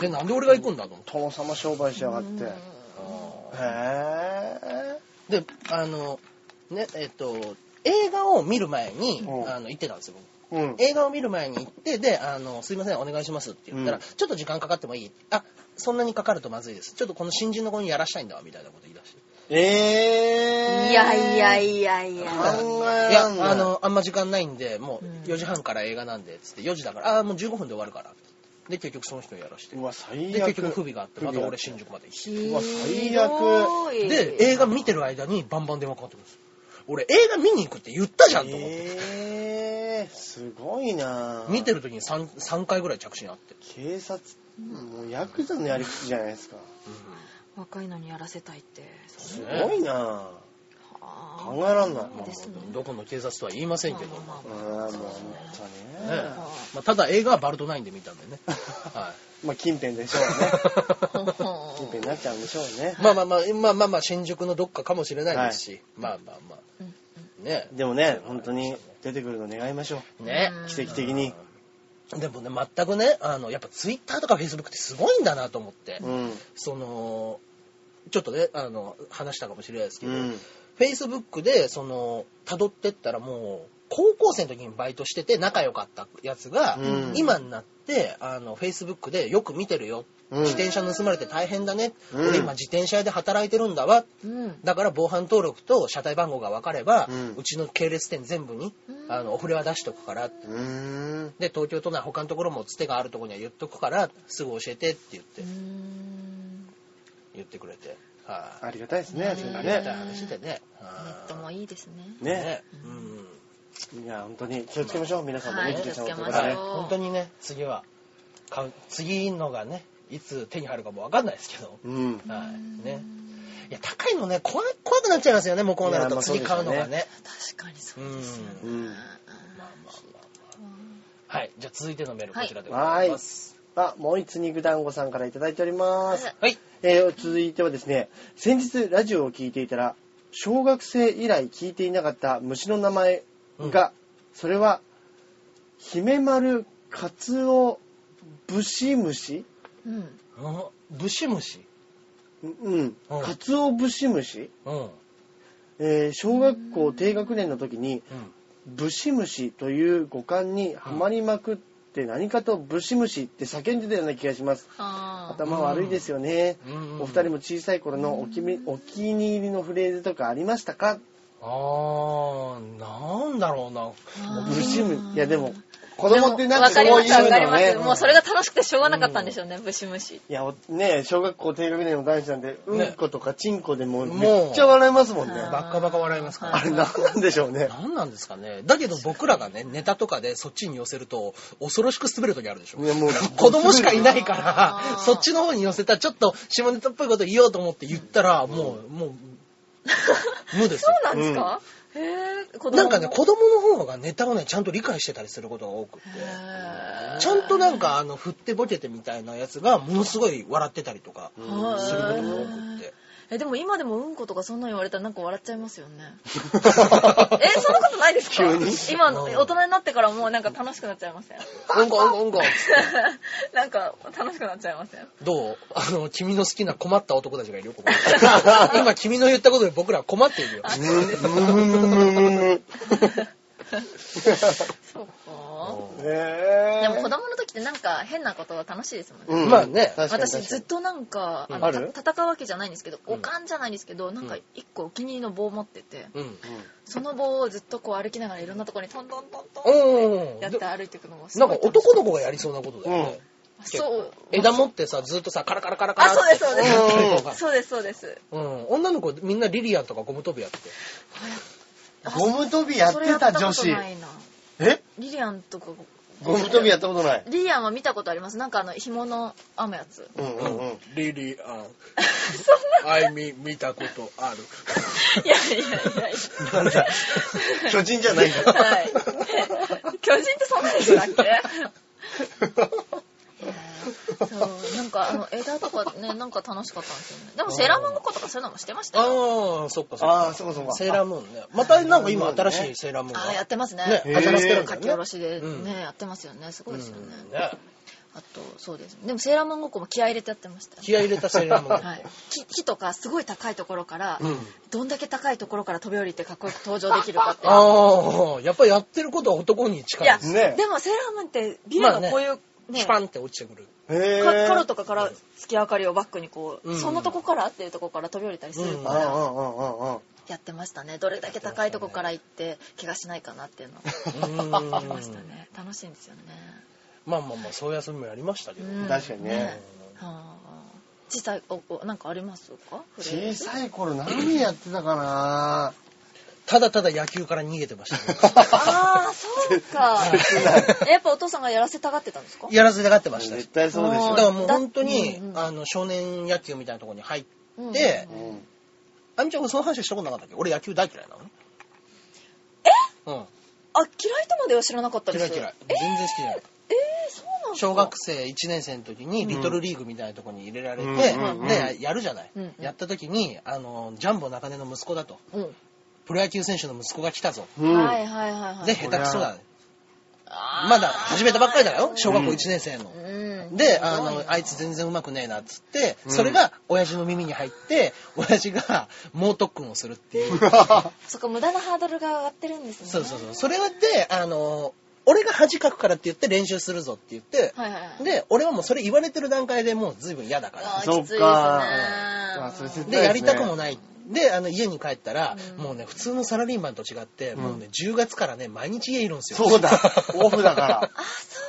S2: で、なんで俺が行くんだと思って。
S1: 殿様商売しやがってへえ
S2: で、あの、ね、えっと、映画を見る前に、
S1: うん
S2: あの、行ってたんですよ、僕
S1: うん
S2: 映画を見る前に行って、で、あの、すいません、お願いしますって言ったら、
S1: うん
S2: ちょっと時間かかってもいいあ、そんなにかかるとまずいです。ちょっとこの新人の子にやらしたいんだわ、みたいなこと言い出して。
S1: ええ
S3: いやいやいやい
S1: 考
S3: や。
S1: え
S2: い
S1: らんない
S2: や、あの、あんま時間ないんで、もう
S3: うん
S2: 4時半から映画なんで、つって、4時だから、あーもう15分で終わるから。で、結局その人にやらして
S1: う。わ最
S2: で、
S1: 悪
S2: 結局不備があって、また俺
S1: 不
S2: 新
S1: 備
S2: 宿まで行って。
S3: ひ
S1: うわ最
S3: ど
S1: 悪
S3: い。
S2: で、映画見てる間にバンバン電話かかってくるんですよ俺映画見に行くって言ったじゃ
S1: があっ
S2: んと
S1: て
S2: 思って。
S1: ええすごいな
S2: 見てる時に 3, 3回ぐらい着信あって。
S1: 警察もうヤクザのやり口じゃないですか
S3: 若いのにやらせたいって。
S1: すごいな考えらんない。
S3: そうですね
S2: どこの警察とは言いませんけど、
S3: まあまあ
S1: う *laughs*
S3: まあ
S1: ん、もう本当
S2: ね
S1: ね。
S2: まあ、ただ映画はバルトナインで見たんでね。は
S1: *laughs* まあ、近辺でしょうね。
S2: *laughs*
S1: 近辺になっちゃうんでしょうね。
S2: い、まあまあまあ、まあまあまあ、新宿のどっかかもしれないですし、まあまあま
S3: うん
S2: あ、ね。
S1: でもね、本当に出てくるの願いましょ
S2: ね。
S1: う。奇跡的に。
S2: でもね、全くね、あの、やっぱツイッターとかフェイスブックってすごいんだなと思って、
S1: うん。
S2: その、ちょっとね、あの、話したかもしれないですけ
S1: う
S2: ど、
S1: ん。
S2: フェイスブックで、その、辿ってったらもう、高校生の時にバイトしてて仲良かったやつが、
S1: うん
S2: 今になって、あの、フェイスブックでよく見てるよ。
S1: うん
S2: 自転車盗まれて大変だね。
S1: うん
S2: 俺今自転車屋で働いてるんだわ。
S3: うん
S2: だから防犯登録と車体番号が分かれば、う
S1: うん
S2: ちの系列店全部に、
S3: うん
S2: あの、お触れは出しとくから。
S1: うーん。
S2: で、東京都内他のところもつてがあるところには言っとくから、すぐ教えてって言って、
S3: うん
S2: 言ってくれて。はい、
S1: ありがたいですね、それ
S2: あ。
S1: が
S2: りがたい
S1: ね。
S2: 話でね。
S3: ネットもいいですね。
S1: ね。
S2: うん。
S1: いや、本当に気をつけましょう。皆さんも
S3: は
S1: ね、
S3: い
S1: 自転車のところ
S3: 気をつけま
S2: は
S1: ね
S2: い、
S3: しょ。う
S2: 本当にね、次は、買う、次のがね、いつ手に入るかもわかんないですけど、
S1: うん。
S2: はい、ね。いや、高いのね、怖い、怖くなっちゃいますよね、もうこうなる
S1: いやま
S2: と。
S1: あそう
S2: 次
S1: でしょう
S2: 買う
S1: ね
S2: のがね。
S3: 確かにそううですよ
S2: ん。
S1: うん。
S2: まあまあまあまあ。はい、じゃあ続いてのメール、こ
S3: はい
S2: ちらでございます。
S1: あ、もう一つ肉団子さんからいただいております。
S2: はい。
S1: えー続いてはですね、先日ラジオを聞いていたら、小学生以来聞いていなかった虫の名前が、それは、ヒメマルカツオブシムシ
S3: うん
S2: うんブシムシ。
S1: うん。
S2: うん
S1: カツオブシムシ
S2: うん。うん。
S1: えー小学校低学年の時に、ブシムシという五感にはまりまくって、何かとブシムシって叫んでたような気がします。
S3: あー
S1: 頭悪いですよね。
S2: うん
S1: お二人も小さい頃のお気みお気に入りのフレーズとかありましたか
S2: あー、なんだろうな。
S3: あー
S1: ブシムいやでも子
S3: でも
S1: 供ってなんかそういうの
S3: わかります、わかり
S1: ね
S3: ます。もうそれが楽しくてしょうがなかったんでしょうね、ブシムシ。
S1: いやおね小学校低学年の男子なんでう
S2: ね
S1: んことかチンコでもう
S2: もう
S1: めっちゃ笑えますもんね
S3: あ
S2: バッカバカ笑いますから
S1: あれなんなんでしょうね
S2: 何なんですかねだけど僕らがねネタとかでそっちに寄せると恐ろしく滑る時あるでしょ
S1: いやもう
S2: 子供しかいないか
S3: あー
S2: らそっちの方に寄せたらちょっと下ネタっぽいこと言おうと思って言ったらもう、もう無です
S3: *laughs*
S2: よ
S3: そうなんですかへぇ、子供
S2: なんかね子供の方がネタをねちゃんと理解してたりすることが多くて
S3: へー
S2: ちゃんとなんかあの振ってボケてみたいなやつがものすごい笑ってたりとか
S1: う
S2: する
S1: ん
S3: は
S2: こ
S3: い
S2: とが多くって。
S3: えでも今でもうんことかそんなん言われたらなんか笑っちゃいますよ *laughs* ねえそんなことないですか
S1: 急に
S3: 今の大人になってからもうなんか楽しくなっちゃいません
S2: うんこうんこうんこ
S3: なんか楽しくなっちゃいません
S2: どうあの、君の好きな困った男たちがいるよ、ここに *laughs* 今、君の言ったことで僕らは困っているよ。
S1: むむむむむむ
S3: そうか
S1: え
S3: でも子供の時ってなんか変なことが楽しいですもんね、
S1: うん
S2: まあね
S1: 確かに確か
S3: 私
S1: に
S3: ずっとなんか、あの
S1: ある
S3: た戦うわけじゃないんですけど、
S2: うん
S3: おかんじゃないんですけどなんか一個お気に入りの棒持ってて、
S2: うん。
S3: その棒をずっとこう歩きながらいろんなところにトントントント
S2: お
S3: ンやって歩いていくのもす
S2: な
S3: ごい
S2: んか
S3: 楽しい
S2: 男の子がやりそうなことだよね。
S3: そう
S2: 枝持ってさ、ずっとさ、カラカラカラカ
S3: あ
S2: ラ
S3: そうですそう
S2: ってやったりと
S3: で
S2: か
S3: すそうですそうです
S2: うん。女の子、みんなリリアンとかゴム跳びやってて。
S1: ゴム跳びやっ
S3: それ
S1: てた
S3: こと
S1: 女子
S3: ないな
S1: え
S3: リリアンとか
S1: ゴム跳びやったことない
S3: リリアンは見たことありますなんかあの紐の編むやつ
S1: うんうんうん
S2: リリアン、
S3: そん
S2: あいみ、見たことある。
S3: *laughs* ないやいやいやいや
S1: なんだ巨人じゃないん
S3: *laughs*
S1: だ
S3: はい巨人ってそんなでしたっ *laughs* けそうなんかあの枝とかねなんか楽しかったんですよねでもセーラーマンごっことかそういうのもしてましたよ
S2: ああ、そっかそっ
S1: あ
S2: か
S1: あ。そうかそうか
S2: セーラームーンね。またなんか今新しいセーラームーン
S3: あ
S2: が。
S3: ーやってますね
S2: ね
S3: 新し
S1: へ
S3: く
S1: ー
S3: 書き下ろしで
S2: うん
S3: ねやってますよねすごいですよね
S2: うんね。
S3: あとそうですでもセーラーマンごっこも気合い入れてやってましたよ
S2: 気合い入れたセーラームーン。
S3: はい、木木とかすごい高いところから、
S2: うん
S3: どんだけ高いところから飛び降りてかっこよく登場できるかって。
S2: ああ、やっぱりやってることは男に近
S3: い
S2: い
S3: や、
S2: です。
S1: ね
S3: でもセーラームーンってビルのこういう、ね
S2: シュパンって落ちてくる。
S1: へえ
S3: かカロとかから月明かりをバックにこう、
S2: うん
S3: そんなとこから合ってるとこから飛び降りたりする
S1: う
S3: か
S1: ん
S3: ら、
S1: うんうんうんうん
S3: やってましたねどれだけ高いとこから行って怪我しないかなっていうのを
S2: うん
S3: やりましたね楽しいんですよね、
S2: まあまあまあ、そういう遊びもやりましたけど。
S3: うん
S1: 確かにね
S3: はあ小さいお子なんかありますかフレー
S1: 小
S3: ズ
S1: さい頃何やってたかな
S2: ただただ野球から逃げてましたね。
S3: *laughs* ああそう
S2: *laughs*
S3: かやっぱお父さんがやらせたがってたんですか
S2: やらせたがってました。
S1: 絶
S2: だ
S1: 対そうでし
S3: も
S1: ょ
S3: う
S2: からもう本当に
S3: だうんう、ん
S2: あの、少年野球みたいなところに入って、
S3: うん
S1: うん
S2: あみちゃんその話したことなかったっけ俺野球大嫌いなのね。えうん。
S3: あ、嫌いとまでは知らなかったで
S2: 嫌い
S3: す。
S2: 嫌い。
S3: え
S2: 全然好きじゃない。
S3: えー、そうなんだ。
S2: 小学生1年生の時にリトルリーグみたいなとこに入れられて、
S1: うん
S2: で、やるじゃない、
S3: うん
S2: やった時に、あの、ジャンボ中根の息子だと。
S3: うん。
S2: プロ野球選手の息子が来たぞ。
S1: うん。 *laughs*
S3: はいはいはいはい。
S2: で、下手くそだね。
S3: あー
S2: まだ始めたばっかりだよ。小学校1年生の。
S3: うん。
S2: で、あの、あいつ全然うまくねえなっつって、
S1: うん
S2: それが親父の耳に入って、親父が猛特訓をするって
S1: *laughs*
S2: いう。
S3: そこ無駄なハードルが上がってるんですね。
S2: そうそうそう。それで、あの、俺が恥かくからって言って練習するぞって言って、
S3: はいはいはい。
S2: で、俺はもうそれ言われてる段階でもう随分嫌だから。
S3: あー
S1: そ
S3: き
S1: っ
S3: ついですね
S1: か。それ絶対
S2: で、やりたく
S1: ない
S2: もない。で、あの、家に帰ったら、もうね、普通のサラリーマンと違って、もうね、10月からね、毎日家いるんですよ。
S1: そう
S2: *laughs*
S1: だ。オフだから。
S3: あ、そ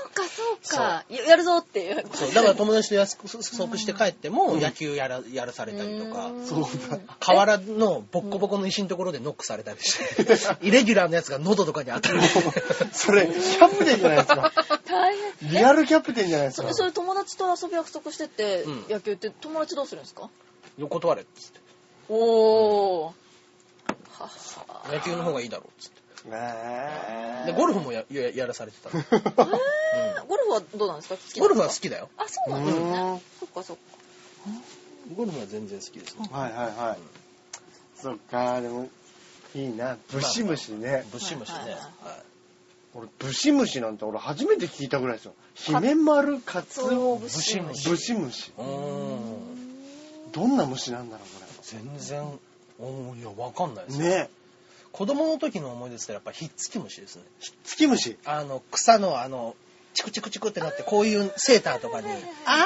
S3: うかそうか。ややるぞっていう。
S2: そう。だから友達と約束して帰っても、野球やら、やらされたりとか、
S1: そうだ。
S2: 河原のボッコボコの石のところでノックされたりして、 *laughs* イレギュラーのやつが喉とかに当 *laughs* たる。
S1: それ、キャプテンじゃないですか。
S3: 大変。
S1: リアルキャプテンじゃないですか
S3: そ。それ友達と遊び約束してて、
S2: うん
S3: 野球って友達どうするんですか
S2: 断れっつって。
S3: おー。はは。
S2: 野球の方がいいだろうっつって。
S1: ね
S2: で、ゴルフもやややらされてたの。
S3: えーゴルフはどうなんですか好き
S2: ゴ
S3: なん
S2: ル
S3: ですか
S2: フは好きだよ。
S3: あ、そうなんです
S1: うーん
S3: ね。そっかそっか。
S2: ゴルフは全然好きですね。
S1: はいはいはい。そっか、でも、いいな。ブシムシね。
S2: ぶっしむしね。
S3: はいはいはい
S2: はい
S1: 俺、ブシムシなんて俺初めて聞いたぐらいですよ。ヒメマルカツオ
S3: ブ
S1: ブ
S3: シ
S1: シ
S3: ム
S1: ム
S2: シ
S1: シ。
S2: うーん。
S1: どんな虫なんだろう、
S2: 全然、おーいや、わかんないで
S1: これ。
S2: すよ
S1: ね
S2: 子供の時の思い出したらやっぱひっつき虫ですね。
S1: ツキムシ。
S2: あの、草のあの、チクチクチクってなって、こういうセーターとかに。
S1: あ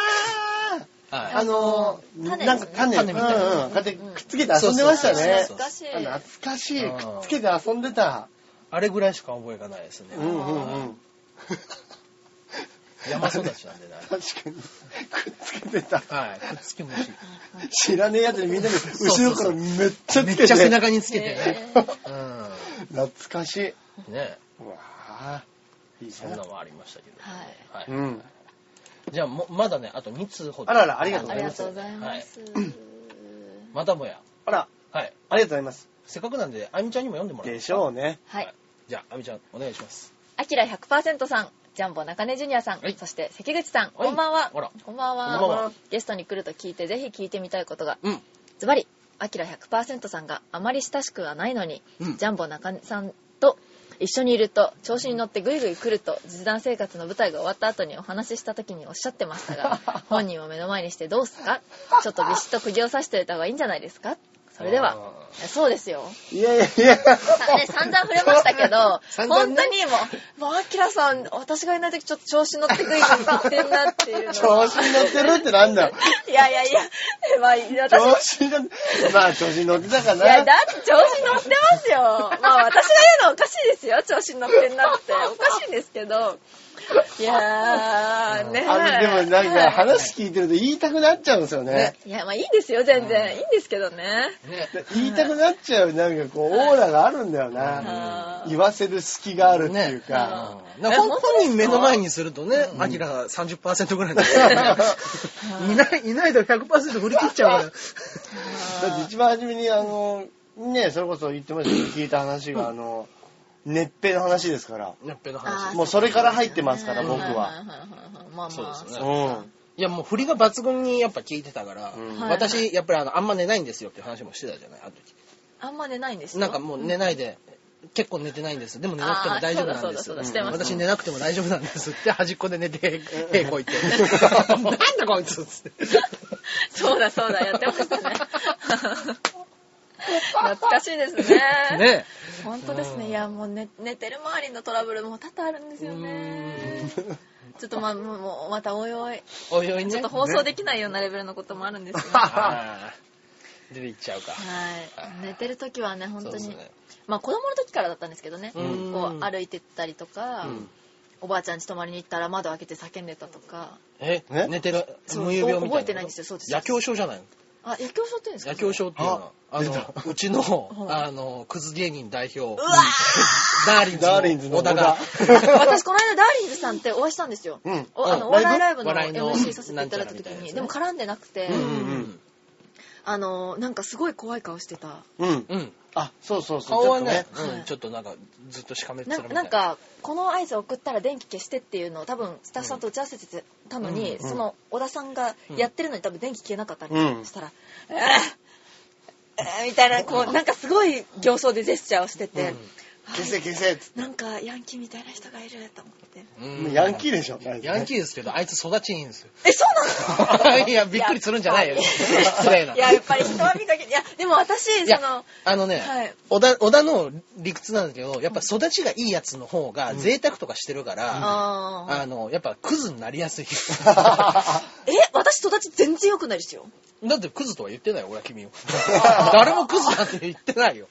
S1: ー
S2: は
S1: あの
S3: 種ですね
S1: なんか種、
S2: 種みたいな
S1: うんうん、こうやってくっつけて遊んでまし
S2: そ
S1: た
S2: うそう
S1: ね
S2: そう。
S3: 懐かしい。
S1: あ懐かしい。
S2: うん
S1: くっつけて遊んでた。
S2: あれぐらいしか覚えがないですね
S1: う。んうんうん。
S2: 山育ちなんでね。
S1: 確かに。くっつけてた。
S2: はい。くっつき虫。
S1: 知らねえやつにみんなで
S2: うそう
S1: 後ろからめっちゃ
S2: め
S1: つ
S2: っ
S1: け
S2: ち
S1: て。
S2: ゃ背中につけてね。
S3: え
S1: 懐かしい。
S2: うん。ね
S1: うわぁ。いい
S2: そんな
S1: な
S2: の。もありましたけど。
S3: は
S2: はい。
S3: い
S1: うん。
S2: じゃあも、まだね、あと2通ほど。
S1: あらあら、ありがとう
S3: ー
S1: ご
S3: あ
S1: ざ
S3: り
S1: い
S3: が
S1: ます
S3: とう。ございます。
S2: またもや。
S1: あら、
S2: はい。
S1: ありがとうございます。
S2: せっかくなんで、あみちゃんにも読んでもらおう
S1: でしょうね。
S3: はい。
S2: じゃあ、あみちゃん、お願いします。
S3: アキラ100%さん、ジャンボ中根ジュニアさん、
S2: はい
S3: そして関口さん、
S2: はい
S3: こんばんは。
S2: あら
S3: こんばんは
S2: こんばんは
S3: ゲストに来ると聞いて、ぜひ聞いてみたいことが。
S2: うん。
S3: ズバリ、アキラ100%さんがあまり親しくはないのに、
S2: うん
S3: ジャンボ中根さんと一緒にいると、調子に乗ってぐいぐい来ると、実弾生活の舞台が終わった後にお話しした時におっしゃってまし
S1: *laughs*
S3: たが、本人を目の前にしてどうすかちょっとビシッと釘を刺しておいた方がいいんじゃないですかそれでは、いやそうですよ。
S1: いやいやいや。
S3: さね、散々触れましたけど、
S1: *laughs* 散々
S3: 本
S1: ね
S3: 当にもう、もう、アキラさん、私がいない時ちょっと調子乗ってくい言ってんなっていうの
S1: 調子に乗ってるってなんだよ。
S3: いやいやいや、えまあ、いや私、
S1: 調子に乗って、まあ調子に乗ってたか
S3: いや、だ
S1: な。
S3: って調子乗ってますよ。まあ、私が言うのはおかしいですよ。調子に乗ってんなって。おかしいんですけど。いやー、ね
S1: あのでもなんか話聞いてると言いたくなっちゃうんですよね。
S3: いや、まあいいんですよ、全然。いいんですけどね。
S2: ね。
S1: 言いたくなっちゃう、なんかこう、オーラがあるんだよな。言わせる隙があるっていうか。
S2: うんだから本人目の前にするとね、アキラが30%ぐらいだ *laughs* からいない、いないと100%振り切っちゃうから。
S1: だって一番初めに、あの、ね、それこそ言ってましたけど、聞いた話が、あの、熱ぺの話ですから。
S2: やっぺの話。
S1: もうそれから入ってますから、僕は。
S3: は。まあ
S2: そうで
S3: ます
S2: ね。
S3: あ。
S1: うん。
S2: いや、もう振りが抜群にやっぱ効いてたから、
S1: うん
S3: はい
S2: 私、やっぱりあの、あんま寝ないんですよって話もしてたじゃない、あの時。
S3: あんま寝ないんですよ。
S2: なんかもう寝ないで、結構寝てないんです。でも寝なくても大丈夫なんです。
S3: あーそうだそう
S2: う
S3: だそうだ
S2: ん
S3: してます
S2: 私寝なくても大丈夫なん
S3: *laughs*
S2: ですって、端っこで寝て、へいこいって。なんだこいつっつって。
S3: *laughs* そうだそうだ、やってましたね。懐かしいですね。
S2: ね
S3: 本当ですね。いや、もう寝寝てる周りのトラブルも多々あるんですよね。ちょっとまあ、もうもうまたおいおい、
S2: おいおいね。
S3: ちょっと放送できないようなレベルのこともあるんですよ、ね。
S2: あー出ていっちゃうか。
S3: はい。寝てる時はね、本
S2: そう
S3: 当
S2: です
S3: に。
S2: ね。
S3: まあ子供の時からだったんですけどね。こ
S2: うん
S3: う歩いてったりとか、
S1: ん
S3: おばあちゃん家泊まりに行ったら窓開けて叫んでたとか。
S2: え
S1: え
S2: 寝てる
S3: そう
S2: 無遊病みたいな
S3: 覚えてないんですよそうです
S2: 野狂症じゃないの
S3: あ、野球症って言うんですか
S2: 野狂症っていうのはあ
S1: 出
S2: のうちのあのクズ芸人代表ダーリンズ
S1: ダーリンズの
S2: 小
S1: 小
S2: 田
S1: 田
S2: が
S1: が。
S3: *laughs* 私この間ダーリンズさんってお会いしたんですよ。
S1: うん
S3: おあのお
S2: うん
S3: 笑いライブの
S2: ライブ
S3: MC させていただいた時
S2: 笑いの
S3: に、でも絡んでなくて、
S1: うんうん。
S3: あの、なんかすごい怖い顔してた。
S1: うん。
S2: うん。
S1: あ、そうそうそう。
S2: 顔はね、
S1: ちょっと
S3: ね
S2: うん、ちょっとなんか、ずっとしかめっ面
S3: な
S2: みたいな。
S3: なん、かこの合図を送ったら電気消してっていうのを多分スタッフさんと打ち合わせてたのに、
S2: うん
S1: うん
S3: その小田さんがやってるのに多分電気消えなかったり
S1: うん
S3: したら「えーえーみたいなこうなんかすごい形相でジェスチャーをしてて、
S1: 消せ消せっつっ
S3: なんかヤンキーみたいな人がいると思って
S2: う
S1: て
S2: ん
S1: もうヤンキーでしょ、
S2: ヤンキーですけど、あいつ育ちいいんですよ。
S3: えそうなの
S2: いや、びっくりするんじゃないよ。
S3: やっ
S2: 失礼な。
S3: いややっぱり人は見かけいやでも私
S2: い
S3: そ
S2: や
S3: の
S2: あのね、
S3: はい
S2: 小田、小田の理屈なんだけど、やっぱ育ちがいいやつの方が贅沢とかしてるから、
S3: あー
S2: あの、やっぱクズになりやすい。
S3: え私育ち全然良くないですよ
S2: だってクズとは言ってないよ、俺は君を。誰もクズなんて言ってないよ。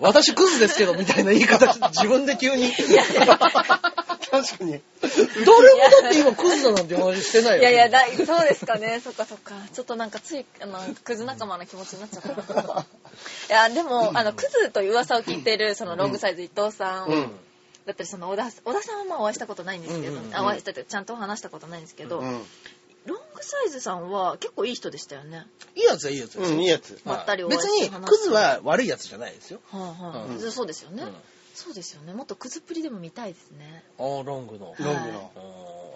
S2: 私クズですけど、みたいな言い方して自分で急に。
S1: *laughs* 確かに。
S2: 誰もだって今クズだなんて話してないよ。
S3: いやいやだいそうですか
S2: *laughs*
S3: ねそっかそっかちょっとなんかついあのクズ仲間の気持ちになっち
S2: *laughs*
S3: ゃったないやでもあのクズという噂を聞いてるそのロングサイズ伊藤さん、
S1: うん。
S3: だったりその小田小田さんはまあお会いしたことないんですけど、
S2: うんうんうん
S3: あお会いしたってちゃんとお話したことないんですけど、
S1: うん。
S3: ロングサイズさんは結構いい人でしたよね、
S2: いいやつはいいやつです
S1: う
S2: よ
S1: ん、いいやつ。
S2: はい
S3: まったりお会い
S2: 別
S3: して話
S2: に
S3: す
S2: クズは悪いやつじゃないですよ。
S3: はいはい
S2: うん
S3: そうですよね、
S2: うん
S3: そうですよねもっとクズっぷりでも見たいですね
S2: ああ、ロングの。
S1: ロングの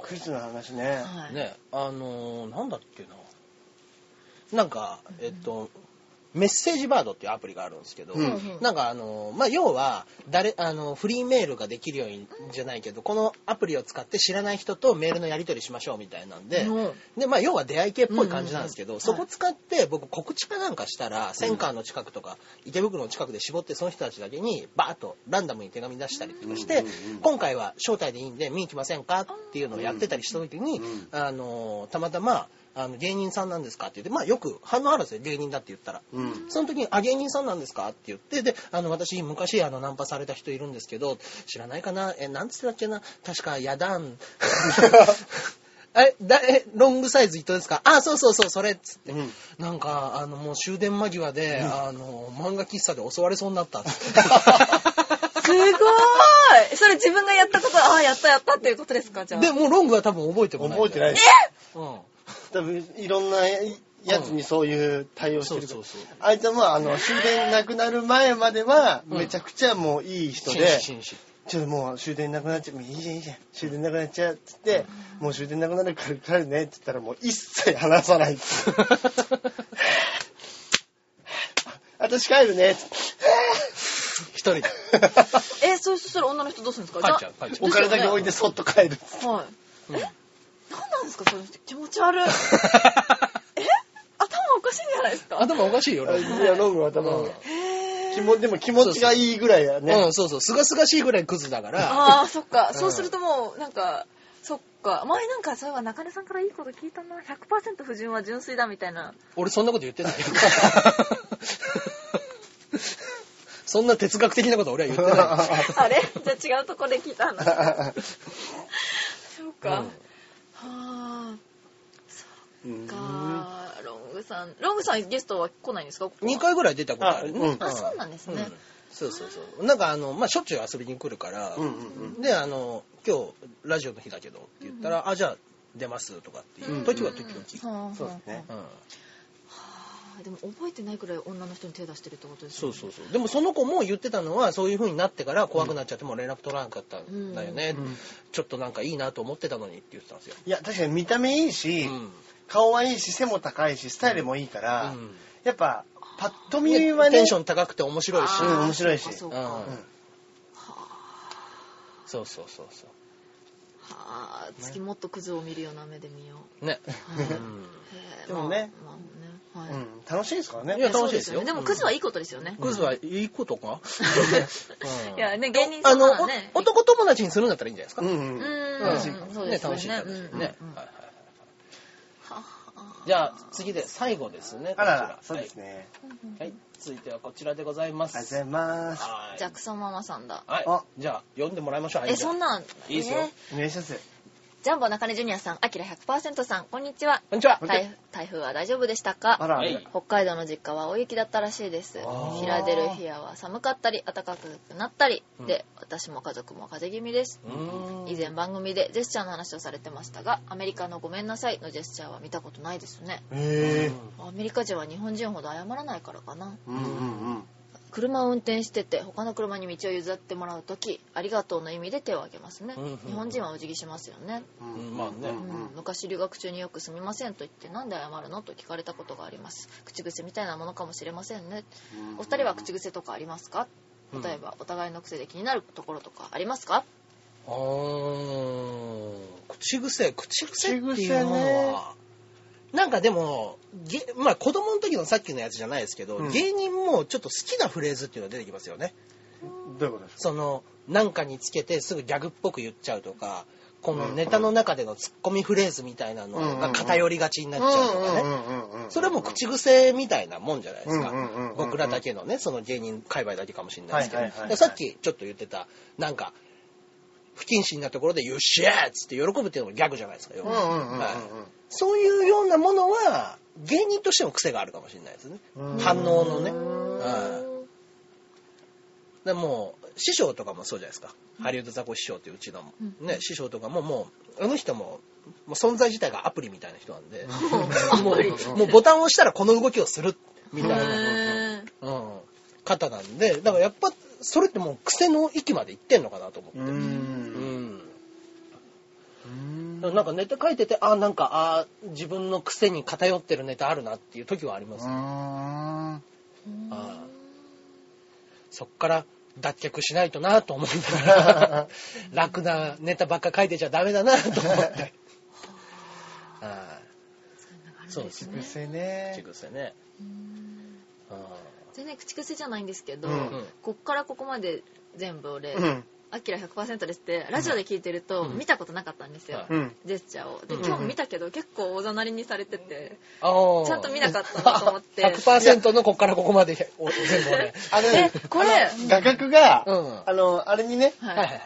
S2: あ。ー
S1: クイズの話ね。
S3: はい、
S2: ねあのーなんだっけななんかえっとメッセージバードっていうアプリがあるんですけど、
S1: うん
S2: なんかあのーまあ、要は誰あのフリーメールができるようにじゃないけどこのアプリを使って知らない人とメールのやり取りしましょうみたいなんで,、
S3: うん
S2: でまあ、要は出会い系っぽい感じなんですけど、
S3: うん
S2: そこ使って僕告知かなんかしたらセンカーの近くとか池袋の近くで絞ってその人たちだけにバーッとランダムに手紙出したりとかして、
S1: うんうんうん
S2: 今回は招待でいいんで見に来ませんかっていうのをやってたりした時に、
S1: うん
S2: あのたまたまあの芸人さんなんですかって言って、まあ、よく反応あるんですよ芸人だって言ったら。
S1: うん。
S2: その時に、あ、芸人さんなんですかって言って、で、あの、私、昔、あの、ナンパされた人いるんですけど、知らないかなえ、なんつってたっけな確か、やだん。 *laughs* え、だ、え、ロングサイズ伊藤ですかあ、そうそうそう、それっつって。
S1: うん
S2: なんか、あの、もう終電間際で、あの、漫画喫茶で襲われそうになったっつって。
S3: すごーいそれ自分がやったことああやったやったっていうことですかじゃあ
S2: で、もうロングは多分覚えてもない。
S1: 覚えてない
S2: い。
S1: です。
S2: うん。
S1: 多分、いろんなやつにそういう対応して
S2: そう
S1: るから
S2: そうそう。
S1: あいつはもう、あの、終電なくなる前までは、めちゃくちゃもういい人で、
S2: 紳士紳士
S1: ちょっともう終電なくなっちゃう、もういいじゃんいいじゃん、終電なくなっちゃうっつって、もう終電なくなるから帰るねって言ったらもう一切話さないっ
S2: *laughs*
S1: つって。私帰るね
S2: *laughs*
S1: っつって。
S2: 一人で。
S3: えそうそしたら女の人どうするんですか
S2: 帰っちゃう、帰っちゃう
S1: お金だけ置いてそっと帰るっつって。
S3: はい。
S2: うん
S3: え、何なんですかそれ気持ち悪い。え頭おかしいんじゃないですか
S2: *laughs* 頭おかしいよ、ロング。
S1: いや、ロングは多分、
S3: へ
S1: 気もでも気持ちがいいぐらいや
S2: う
S1: ね。
S2: ん、そうそう。すがすがしいぐらいクズだから。
S3: ああ、そっか。そうするともう、なんか、そっか。前なんか、そういえば中根さんからいいこと聞いたな。100%不純は純粋だみたいな。
S2: 俺そんなこと言ってないよ。 *laughs* そんな哲学的なこと俺は言って
S1: *laughs*
S2: ない。
S3: あれじゃあ違うとこで聞いた話。そう
S2: う
S3: か。は
S2: ん
S3: あ。
S1: うん
S3: そっか。ロングさん。ロングさんゲストは来ないんですかここは
S2: 2回ぐらい出たことあるね。
S1: あうん
S3: あ、そうなんです
S2: うん
S3: ね。
S2: そうそうそう。なんかあの、まあ、しょっちゅう遊びに来るから、
S1: うんうん
S2: で、あの、今日、ラジオの日だけどって言ったら、あ、じゃあ出ますとかっていう時は時々。
S3: はあ
S1: そうですね
S2: う。ん
S3: あでも覚えてないくらい女の人に手出してるってことです
S2: そ
S3: よ
S2: う
S3: ね
S2: そうそうでもその子も言ってたのはそういう風になってから怖くなっちゃってもう連絡取らなかったんだよね、
S1: うん
S2: ちょっとなんかいいなと思ってたのにって言ってたんですよ、
S1: いや、確かに見た目いいし、
S2: うん
S1: 顔はいいし、背も高いし、スタイルもいいから、
S2: うん
S1: やっぱ、パッと
S2: ね
S1: 見はね、
S2: テンション高くて面白いし、
S1: う
S3: あー
S1: ん面白いし
S3: そうか
S2: うん
S3: そうか
S2: そうそうそうそう
S3: はあ次もっとクズを見るような目で見よ
S2: ね、
S3: う、はいへえ
S1: でもね
S3: まあまあね
S1: う
S3: はい
S1: ん、楽しいですからね。
S2: いや楽しい
S3: そう
S2: ですよ
S3: ねでもクズはいいことですよね、
S2: クズはいいことか、
S3: いやね芸人
S2: あ
S3: さん
S2: の
S3: は
S2: お
S3: ね
S2: 男友達にするんだったらいいんじゃないですか、
S1: うん
S3: う
S1: うん。
S3: ん
S2: うん
S3: そう
S2: ね
S3: ですよ
S2: 楽しい
S3: ね
S2: 楽しい
S3: うん
S2: ね、
S3: うんうん
S2: はいはい
S3: は
S2: はいじゃあ次で最後ですね
S1: あらら
S2: こ、ち
S1: そう
S2: ら
S1: ですね。
S2: はい、はい続いてはこちらでございます
S1: ありがとうございます。
S2: はい
S3: ジャクソンママさんだ
S2: はい
S1: あ
S2: じゃあ読んでもらいましょう
S3: えそんなん
S2: いいですよ
S3: え
S1: お願いします。
S3: ージャンボ中根ジュニアさん、アキラ100%さん、こんにちは。
S2: こんにちは。
S1: んにちは
S3: 台台風は大丈夫でした
S1: あ
S3: から
S1: あ
S2: は
S1: ら、
S2: い
S3: 北海道の実家は大雪だったらしいです
S1: あー
S3: フィラデルフィアは寒かったり暖かくなったり
S2: うん
S3: で、私も家族も風邪気味です
S2: うーん
S3: 以前番組でジェスチャーの話をされてましたがアメリカの「ごめんなさい」のジェスチャーは見たことないですね
S1: へえ
S3: アメリカ人は日本人ほど謝らないからかな
S1: うんうんうん
S3: 車を運転してて他の車に道を譲ってもらう時「ありがとう」の意味で手を挙げますね
S2: うんうんうん
S3: 日本人はお辞儀しますよね
S2: うんまあね
S1: う
S3: うん
S1: うん
S3: ん、昔留学中によく「すみません」と言って「なんで謝るの?」と聞かれたことがあります口癖みたいなものかもしれませんねお二人は口癖とかありますか
S2: うん
S3: 例えばお互いの癖で気になるところとかありますか
S2: あー口癖、口癖っていうものは、なんかでも、げまあ子供の時のさっきのやつじゃないですけど、
S1: うん
S2: 芸人もちょっと好きなフレーズっていうのが出てきますよね。
S1: どういうことですか
S2: その、なんかにつけてすぐギャグっぽく言っちゃうとか、このネタの中でのツッコミフレーズみたいなのが偏りがちになっちゃうとかね。それも口癖みたいなもんじゃないですか
S1: うんうんうんうん。
S2: 僕らだけのね、その芸人界隈だけかもしれないですけ
S1: はいはいはい
S2: ど。
S1: はい
S2: でさっきちょっと言ってた、なんか、不謹慎なところで、よっしゃーっつって喜ぶっていうのもギャグじゃないですか。要
S1: うんう
S2: は
S1: んうんうん
S2: はいそういうようなものは、芸人としても癖があるかもしれないですね。
S1: うん
S2: 反応のね。
S3: う
S2: はい
S3: ーん
S2: でもう師匠とかもそうじゃないですか、ハリウッドザコ師匠っていううちの、ね、師匠とかももうあの人ももう存在自体がアプリみたいな人なんで、もうもうボタンを押したらこの動きをするみたいな、
S3: へー
S2: うん、方なんでだからやっぱそれってもう癖の域までいってんのかなと思って、
S1: う
S2: うんん
S1: うん
S2: なんかネタ書いててあなんかあ自分の癖に偏ってるネタあるなっていう時はあります、
S1: うん
S2: ああそっから脱却しないとなと思いなが *laughs* ら楽なネタばっか書いてちゃダメだなと思 *laughs* ってあそうです
S1: 口癖ね
S2: あ口癖ねあ
S3: 全然口癖じゃないんですけど、
S1: うん
S2: うん
S3: こっからここまで全部俺
S1: うん
S3: 「あきら100%です」ってラジオで聞いてると
S2: うん
S3: 見たことなかったんですよ、
S1: うん
S3: ジェスチャーをで
S2: うん
S3: 今日見たけど結構おざなりにされてて
S2: ああ
S3: ちゃんと見なかったなと思って
S2: 100%のこっからここま
S3: *laughs*
S2: でお全部俺
S1: あのね
S3: えこれ
S1: あの画角が、
S2: うん
S1: あの、あれにね、
S2: はい
S3: は
S2: はい
S3: い、
S2: はい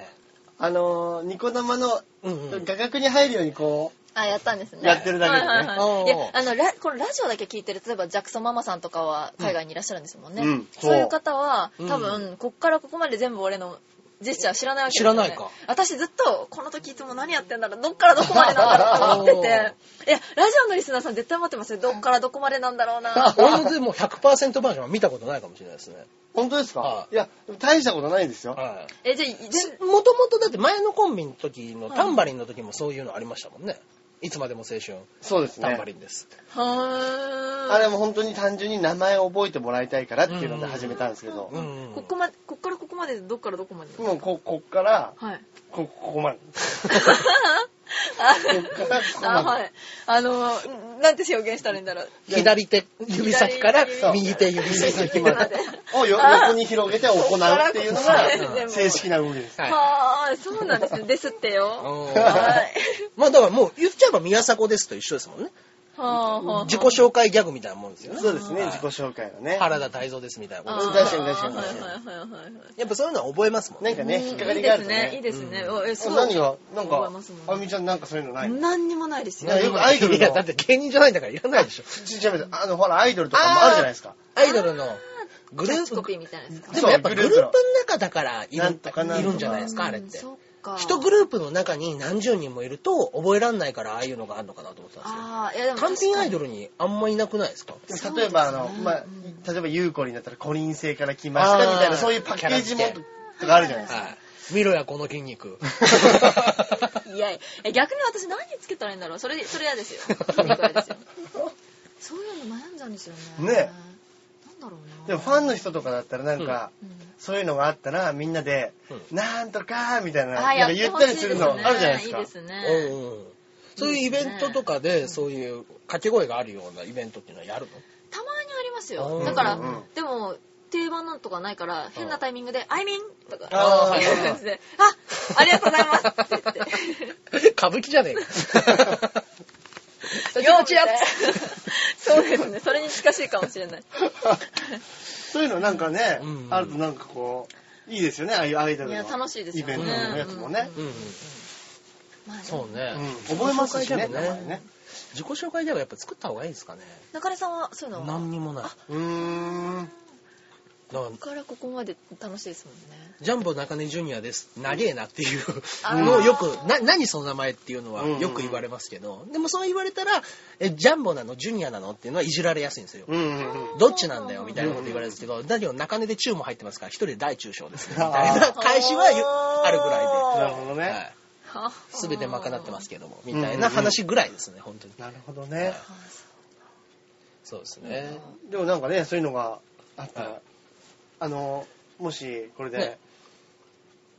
S1: あの、ニコ生の
S2: うんうん
S1: 画角に入るようにこ
S3: あやったんですね
S1: やってるだけでね
S3: はいはいはい、
S2: おー
S3: いやあのラこのラジオだけ聞いてる例えばジャクソンママさんとかは海外にいらっしゃるんですもんね、
S1: うんうん
S3: そういう方は
S2: そう
S3: 多分、こっからここまで全部俺のジェスチャー知らないわけです
S2: 知らないか
S3: 私ずっとこの時いつも何やってんだろうどっからどこまでなんだ
S1: *laughs*
S3: ろうと思ってていやラジオのリスナーさん絶対待ってますよどっからどこまでなんだろ
S1: *laughs*
S3: うな
S2: 俺のでも100%バージョンは見たことないかもしれないですね
S1: う、本当です
S2: は
S1: か
S2: い
S1: いや、大したことないですよ。
S2: は
S3: えじゃあ
S2: い
S3: 全
S2: もともとだって前のコンビの時のタンバリンの時もそういうのありましたもんねいつまでも青春
S1: そうです
S2: タンバ
S1: ね
S2: リ。ンですって
S3: はー
S1: あれも本当に単純に名前を覚えてもらいたいからっていうので始めたんですけど、
S2: うんうん
S3: ここまこっからここまでどっからどこまで
S1: もうこ、こっから、
S3: はい
S1: こ、ここまで。こっ
S3: あ
S1: からここ
S3: あ
S1: ま
S3: は
S1: で。
S3: いあのなんて表現したらいいんだろう
S2: 左手指先から
S3: 左
S2: 右手指先まで。
S1: をよ横に広げて行うっていうの
S3: こっか
S1: が
S3: らここまで
S1: 正式な動きです。
S2: はい
S3: はあ、そうなんですね。ですってよ。
S2: お
S3: は
S2: ー
S3: い。
S2: まあだからもう言っちゃえば宮迫ですと一緒ですもんね。
S3: はあ、はあ。
S2: 自己紹介ギャグみたいなもんですよね。
S1: そうです
S2: は
S1: ね、
S2: い
S1: 自己紹介のね。
S2: 原田泰造ですみたいなことです
S1: 介
S2: よ
S1: あ確かに確かに
S3: はい
S1: 確か
S3: はいはいはいはい。
S2: やっぱそういうのは覚えますもんね。
S1: なんかね、引っかか
S3: い
S1: り
S3: い
S1: があ
S3: で
S1: る
S3: す
S1: と
S3: ね。いい
S1: ね。
S3: ですね。おえすごい
S1: 何が、なん
S3: 覚え
S1: か
S3: ます、も
S1: あ
S3: ん
S1: み
S3: ね
S1: ちゃんなんかそういうのないの
S3: 何にもないですよ
S1: な。んかよくアイドル
S2: いや、だっ
S1: の、
S2: て芸人じゃないんだからいらないでしょ。
S1: ちっちゃい目であの、ほら、アイドルとかもあるじゃないですか。
S2: アイドルのグル
S3: キャッ
S2: ー
S3: チコピ
S2: プ。
S3: ーみたいなやつか。
S2: でもやっぱ
S1: そ
S2: グ
S1: う
S2: ル
S1: グル
S2: ー
S1: ー
S2: プ
S1: プ
S2: の
S1: の
S2: 中だからい
S1: なん
S2: る
S1: とかなんとか
S2: いるんじゃないですか、あれっ
S3: うん
S2: て。
S3: そっか。
S2: 一グループの中に何十人もいると覚えらんないからああいうのがあるのかなと思ってたんですよ。
S3: ああ、いやでも
S2: 単
S3: 確かに。
S2: 品アイドルにあんまいなくないですか
S1: でも例えば、あの、まあ、例えば、ゆうこになったら、コリン星から来ましたみたい
S2: あー
S1: な、そういうパッケージも
S2: キャラ付
S1: とかあるじゃないですか。
S2: はい。見ろや、この筋
S1: *laughs*
S2: 肉。
S3: いやいやえ逆に私何つけたらいいんだろうそれそれ嫌ですよ筋肉嫌ですよそういうの悩んじゃうんですよね
S1: ね
S3: なんだろうな
S1: でも、ファンの人とかだったら、なんか、
S3: うん
S1: そういうのがあったら、みんなで、
S2: う
S1: なんとか、みたいな、
S3: あー
S1: なん
S3: や
S1: か
S3: って
S1: 言っ
S3: ほ
S1: た
S3: し
S1: り
S3: い
S1: す
S3: で
S1: る
S3: す
S1: のあるじゃないで
S3: ねい
S1: す
S3: い
S1: か
S3: で。す
S2: う
S3: ね
S2: んうんそういうイベントとかで、そういう掛け声があるようなイベントっていうのはやる
S3: *laughs* たまにあります
S2: う
S3: よ
S2: ん
S3: だから、
S1: うんうん
S3: でも定番なんとかないから変なタイミングで「アイミン!」とか
S1: あー
S3: そういう感じで「あありがとうございます」って *laughs* 言って
S2: の歌舞伎じゃねえ
S3: *laughs*
S2: か。幼稚園
S3: そうですねそれに近しいかもしれない
S1: そういうのなんかね
S2: うん、
S1: あるとなんかこう、いいですよね、ああいうアイドル
S3: い
S1: の。
S3: や楽しいですよね
S1: イベントのやつもね。
S2: うんうん
S3: まあね
S2: そうね。
S1: うん覚えますしね
S2: 自己紹介で
S1: 名
S2: も
S1: 前
S2: ね
S1: ね。
S2: 自己紹介ではやっぱ作った方がいいですかね。
S3: 中根さんはそういうのは
S2: 何にもない。
S1: うーん。
S2: だから
S3: ここからここまで楽しいですもんね
S2: ジャンボ中根ジュニアです。長えなっていう
S3: あー
S2: のをよく、な、何その名前っていうのは
S1: うんうんうん
S2: よく言われますけど、でもそう言われたら、え、ジャンボなのジュニアなのっていうのはいじられやすいんですよ。
S1: うんうんうん。
S2: どっちなんだよみたいなこと言われるんですけど、だけど中根で中も入ってますから、一人で大中小ですね。みたいな返しはゆあるぐら
S1: なるほ
S2: い
S1: ど
S2: で。
S1: ね。
S2: すべて賄ってますけども、みたいな話ぐらいですね、本当に。
S1: なるほどね。
S2: そうですね。
S1: でもなんかね、そういうのがあった
S2: は
S1: ら、あの、もしこれで
S2: ね、